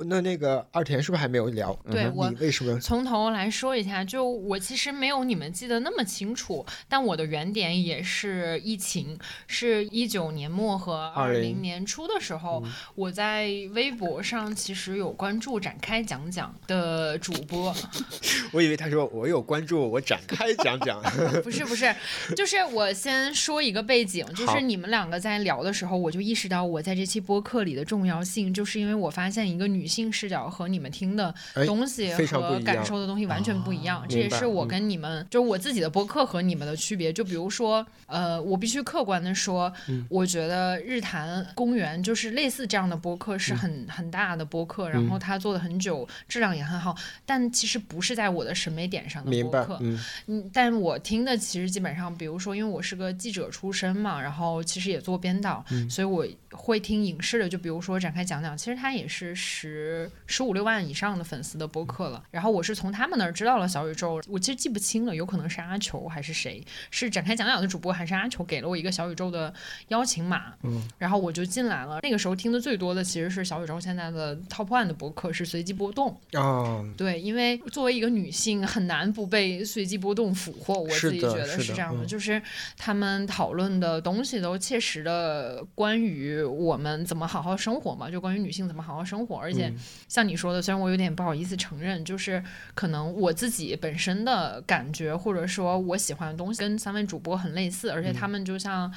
S1: 那那个二田是不是还没有聊？
S3: 对
S1: 嗯哼
S3: 我
S1: 你为什么？
S3: 从头来说一下，就我其实没有你们记得那么清楚，但我的原点也是疫情，是一九年末和二
S1: 20
S3: 零嗯年初的时候，我在微博上其实有关注展开讲讲的主播，
S1: 我以为他说我有关注，我展开讲 讲。
S3: 不是不是，就是我先说一个背景，就
S1: 好
S3: 是你们两个在聊的时候，我就意识到我在这期播客里的重要性，就是因为我发现一个女性视角和你们听的
S1: 哎
S3: 东西
S1: 非常不
S3: 和
S1: 一
S3: 感
S1: 样
S3: 受的东西完全不一样，这
S1: 明
S3: 也
S1: 白
S3: 是我
S1: 嗯
S3: 跟你们，就是我自己的播客和你们的区别。就比如说，呃，我必须客观的说，
S1: 嗯
S3: 我觉得日坛公园就是类似这样的播客
S1: 嗯
S3: 是很、很大的播客，然后它做的很久，质量也很好，但其实不是在我的审美点上的
S1: 明
S3: 播
S1: 白
S3: 客，。
S1: 嗯，
S3: 嗯，但我听的其实基本上，比如说，因为我是个记者出身嘛，然后其实也做编导，所以我会听影视的。就比如说展开讲讲，其实他也是十十五六万以上的粉丝的播客了。然后我是从他们那儿知道了小宇宙，我其实记不清了，有可能是阿球还是谁，是展开讲讲的主播还是阿球给了我一个小宇宙的邀请码，
S1: 嗯，
S3: 然后我就进来了。那个时候听的最多的其实是小宇宙现在的 Top One 的播客是随机波动，
S1: 哦，
S3: 对，因为作为一个女性，很难不被随机波动俘获。我
S1: 是
S3: 自己
S1: 的
S3: 觉得
S1: 是
S3: 是
S1: 的
S3: 这样的，
S1: 嗯
S3: 就是他们讨论的东西都切实的关于我们怎么好好生活嘛，就关于女性怎么好好生活。
S1: 嗯
S3: 而且像你说的，虽然我有点不好意思承认，就是可能我自己本身的感觉，或者说我喜欢的东西，跟三位主播很类似，而且
S1: 嗯
S3: 他们就像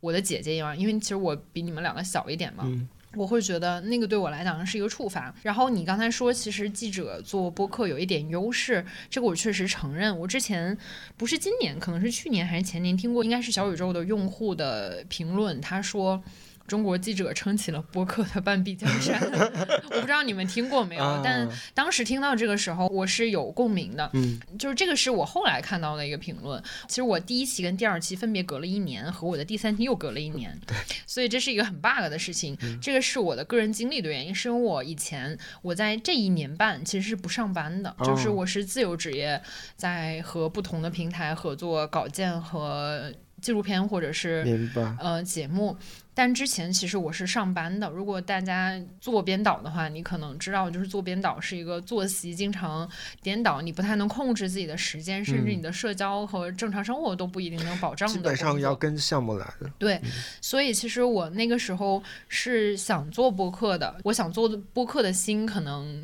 S3: 我的姐姐一样，因为其实我比你们两个小一点嘛。
S1: 嗯
S3: 我会觉得那个对我来讲是一个触发。然后你刚才说，其实记者做播客有一点优势，这个我确实承认。我之前不是今年，可能是去年还是前年听过，应该是小宇宙的用户的评论，他说。中国记者撑起了播客的半壁江山， 我不知道你们听过没有，
S1: 啊
S3: 但当时听到这个时候，我是有共鸣的。
S1: 嗯，
S3: 就是这个是我后来看到的一个评论。其实我第一期跟第二期分别隔了一年，和我的第三期又隔了一 年，所以这是一个很 bug 的事情。
S1: 嗯
S3: 这个是我的个人经历的原因，是因为我以前我在这一年半其实是不上班的，
S1: 哦
S3: 就是我是自由职业，在和不同的平台合作稿件和纪录片或者是
S1: 明 白。
S3: 呃节目。但之前其实我是上班的。如果大家做编导的话，你可能知道，就是做编导是一个作息经常颠倒，你不太能控制自己的时间，甚至
S1: 嗯
S3: 你的社交和正常生活都不一定能保障的
S1: 基
S3: 工作。
S1: 本上要跟项目来的，
S3: 对，所以其实我那个时候是想做播客的，我想做的播客的心可能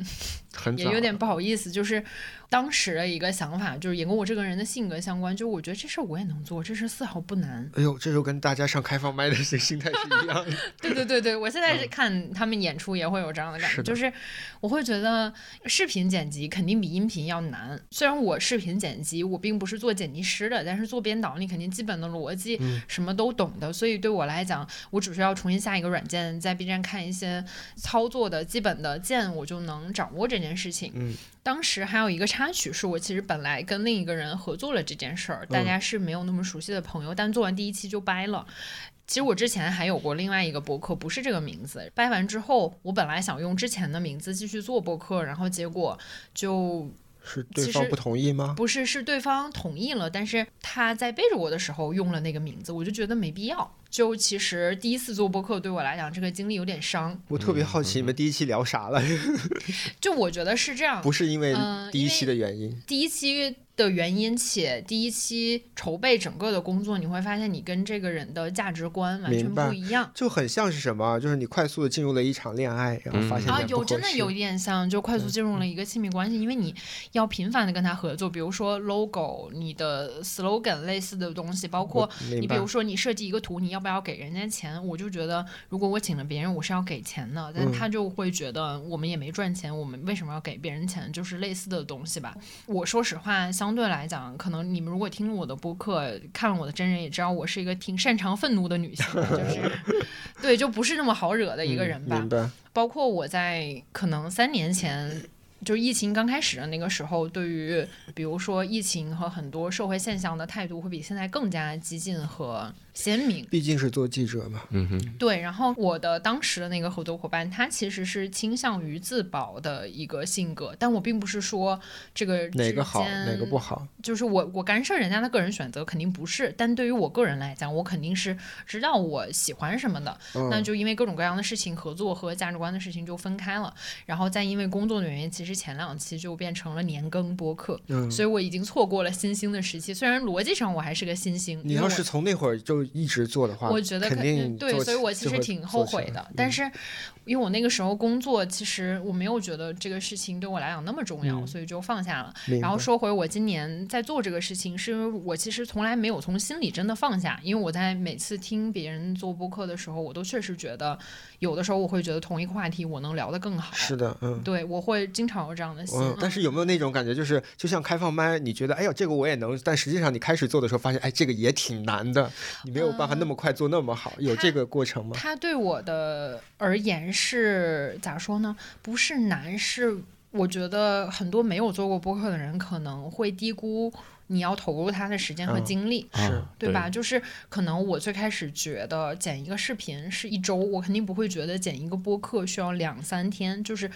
S1: 很
S3: 也
S1: 早
S3: 有点不好意思，就是当时的一个想法，就是也跟我这个人的性格相关，就我觉得这事儿我也能做，这事儿丝毫不难。
S1: 哎呦，这就跟大家上开放麦的心心态是一样 的。
S3: 对对对对，我现在是看他们演出也会有这样的感
S1: 嗯
S3: 觉，
S1: 是的
S3: 就是我会觉得视频剪辑肯定比音频要难。虽然我视频剪辑我并不是做剪辑师的，但是做编导你肯定基本的逻辑
S1: 嗯
S3: 什么都懂的，所以对我来讲，我只需要重新下一个软件，在 B 站看一些操作的基本的键，我就能掌握这件事情。
S1: 嗯
S3: 当时还有一个插曲，是我其实本来跟另一个人合作了这件事儿，
S1: 嗯
S3: 大家是没有那么熟悉的朋友，但做完第一期就掰了。其实我之前还有过另外一个博客，不是这个名字。掰完之后，我本来想用之前的名字继续做博客，然后结果就
S1: 是对
S3: 其
S1: 方
S3: 实
S1: 不同意吗？
S3: 不是，是对方同意了，但是他在背着我的时候用了那个名字，我就觉得没必要。就其实第一次做播客对我来讲，这个经历有点伤。
S1: 我特别好
S3: 嗯
S1: 奇你们第一期聊啥了，
S3: 就我觉得是这样，
S1: 不是因为
S3: 嗯
S1: 第一
S3: 因
S1: 期
S3: 为
S1: 的原因，
S3: 第一期的原因，且第一期筹备整个的工作，你会发现你跟这个人的价值观完全
S1: 明白
S3: 不一样。
S1: 就很像是什么，就是你快速的进入了一场恋爱，然后发现
S2: 嗯
S1: 有
S3: 啊，
S1: 点不
S3: 有
S1: 合
S3: 真的
S1: 适嗯
S3: 有一点像，就快速进入了一个亲密关系，因为你要频繁的跟他合作，比如说 logo、你的 slogan 类似的东西，包括你
S1: 明
S3: 比
S1: 白
S3: 如说你设计一个图，你要不要给人家钱？我就觉得，如果我请了别人，我是要给钱的，但
S1: 嗯
S3: 他就会觉得我们也没赚钱，我们为什么要给别人钱？就是类似的东西吧。我说实话，相对来讲，可能你们如果听了我的播客，看了我的真人，也知道我是一个挺擅长愤怒的女性，就是 对，就不是那么好惹的一个人吧。
S1: 嗯明白，
S3: 包括我在可能三年前，就疫情刚开始的那个时候，对于比如说疫情和很多社会现象的态度，会比现在更加激进和鲜明。
S1: 毕竟是做记者嘛，
S2: 嗯哼，
S3: 对，然后我的当时的那个合作伙伴，他其实是倾向于自保的一个性格，但我并不是说这个
S1: 哪个
S3: 之
S1: 好，哪个
S3: 间
S1: 不好，
S3: 就是我我干涉人家的个人选择肯定不是，但对于我个人来讲，我肯定是知道我喜欢什么的，那
S1: 嗯，
S3: 就因为各种各样的事情合作和价值观的事情就分开了，然后再因为工作的原因，其实前两期就变成了年更播客，
S1: 嗯
S3: 所以我已经错过了新星的时期。虽然逻辑上我还是个新星，
S1: 你
S3: 因为
S1: 要
S3: 我
S1: 是从那会儿就一直做的话，
S3: 我觉得
S1: 肯定
S3: 对，
S1: 做
S3: 所以
S1: 起
S3: 我其
S1: 就
S3: 实
S1: 会
S3: 挺后
S1: 做起
S3: 悔
S1: 来嗯
S3: 的。但是，因为我那个时候工作，其实我没有觉得这个事情对我来讲那么重要，
S1: 嗯
S3: 所以就放下了。
S1: 明
S3: 然后
S1: 白
S3: 说回我今年在做这个事情，是因为我其实从来没有从心里真的放下，因为我在每次听别人做播客的时候，我都确实觉得，有的时候我会觉得同一个话题我能聊得更好。
S1: 是的，嗯。
S3: 对，我会经常有这样的心。啊
S1: 嗯，但是有没有那种感觉，就是就像开放麦，你觉得哎呦这个我也能，但实际上你开始做的时候发现，哎这个也挺难的，你没有办
S3: 嗯
S1: 法那么快做那么好，有
S3: 它
S1: 这个过程吗？
S3: 它对我的而言是咋说呢？不是难，是我觉得很多没有做过播客的人可能会低估你要投入他的时间和
S1: 嗯
S3: 精力。
S1: 是
S2: 啊
S3: 对吧？？就是可能我最开始觉得剪一个视频是一周，我肯定不会觉得剪一个播客需要两三天，就是。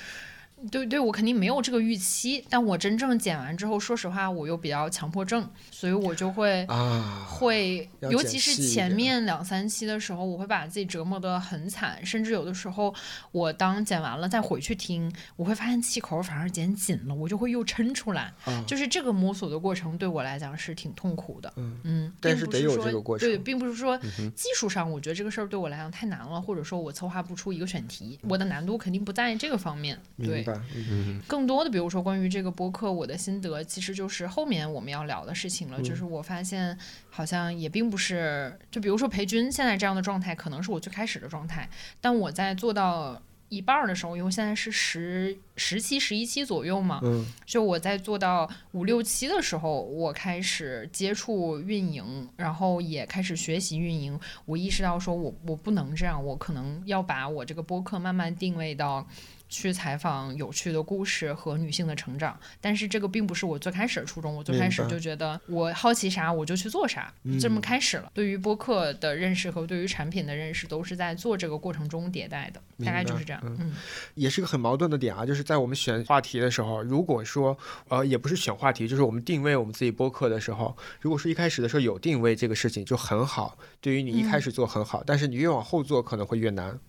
S3: 对对，我肯定没有这个预期，但我真正剪完之后，说实话，我又比较强迫症，所以我就会
S1: 啊，
S3: 会，
S1: 要
S3: 尤
S1: 剪
S3: 其是
S1: 细一
S3: 前
S1: 点
S3: 面两三期的时候，我会把自己折磨得很惨，甚至有的时候我当剪完了再回去听，我会发现气口反而剪紧了，我就会又抻出来，
S1: 啊
S3: 就是这个摸索的过程对我来讲是挺痛苦的。
S1: 嗯
S3: 嗯，
S1: 但
S3: 并
S1: 是
S3: 不
S1: 得
S3: 是
S1: 有
S3: 说
S1: 这个过
S3: 对，
S1: 程嗯
S3: 并不是说技术上，我觉得这个事儿对我来讲太难了，或者说我策划不出一个选题，我的难度肯定不在这个方面。
S1: 明
S3: 对，
S1: 白，嗯
S3: 更多的，比如说关于这个播客，我的心得其实就是后面我们要聊的事情了。就是我发现，好像也并不是，就比如说裴军现在这样的状态，可能是我最开始的状态，但我在做到一半儿的时候，因为现在是十十期、十一期左右嘛，
S1: 嗯
S3: 就我在做到五六期的时候，我开始接触运营，然后也开始学习运营。我意识到说我我不能这样，我可能要把我这个播客慢慢定位到去采访有趣的故事和女性的成长。但是这个并不是我最开始的初衷，我最开始
S1: 明白
S3: 就觉得我好奇啥我就去做啥，
S1: 嗯
S3: 这么开始了。对于播客的认识和对于产品的认识，都是在做这个过程中迭代的，大概就是这样。
S1: 明
S3: 嗯，
S1: 也是个很矛盾的点啊，就是在我们选话题的时候，如果说呃也不是选话题，就是我们定位我们自己播客的时候，如果说一开始的时候有定位这个事情就很好，对于你一开始做很好，但是你越往后做可能会越难，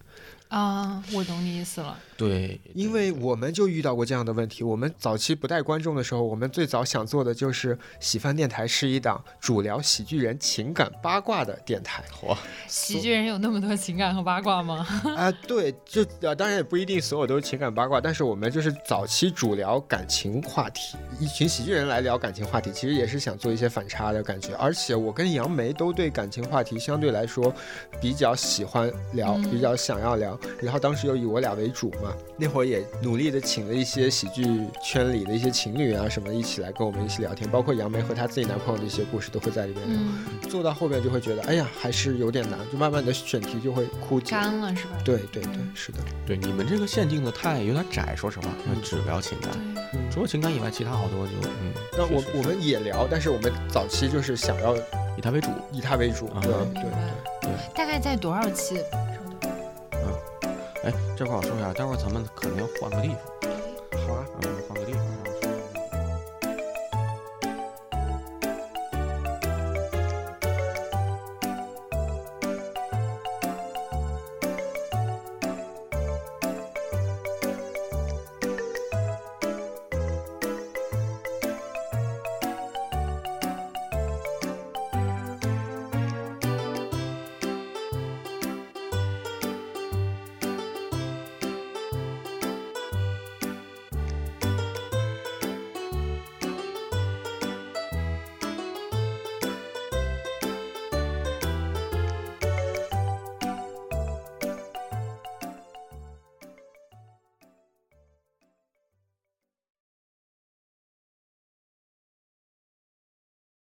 S3: 啊，我懂你意思了。
S2: 对，
S1: 因为我们就遇到过这样的问题。我们早期不带观众的时候，我们最早想做的就是喜翻电台是一档主聊喜剧人情感八卦的电台
S2: 火，
S3: 喜剧人有那么多情感和八卦吗？
S1: 啊、对，就呃当然也不一定所有都是情感八卦，但是我们就是早期主聊感情话题，一群喜剧人来聊感情话题，其实也是想做一些反差的感觉。而且我跟杨梅都对感情话题相对来说比较喜欢聊，
S3: 嗯
S1: 比较想要聊，然后当时又以我俩为主嘛，那会儿也努力的请了一些喜剧圈里的一些情侣啊什么一起来跟我们一起聊天，包括杨梅和她自己男朋友的一些故事都会在里面聊。
S3: 嗯，
S1: 做到后面就会觉得，哎呀，还是有点难，就慢慢的选题就会枯竭。
S3: 干了是吧？
S1: 对对对，是的，
S2: 对你们这个限定的太有点窄，说实话，因为只聊情感，除了情感以外，其他好多就嗯，
S1: 那我
S2: 是是
S1: 我们也聊，但是我们早期就是想要
S2: 以它为主，
S1: 以它为主，
S2: 啊
S1: 对
S3: 明
S1: 对
S3: 白
S1: 对，
S3: 大概在多少期？
S2: 哎，这块儿我说一下，待会儿咱们可能要换个地方，
S1: 好啊，
S2: 嗯，换个地方啊。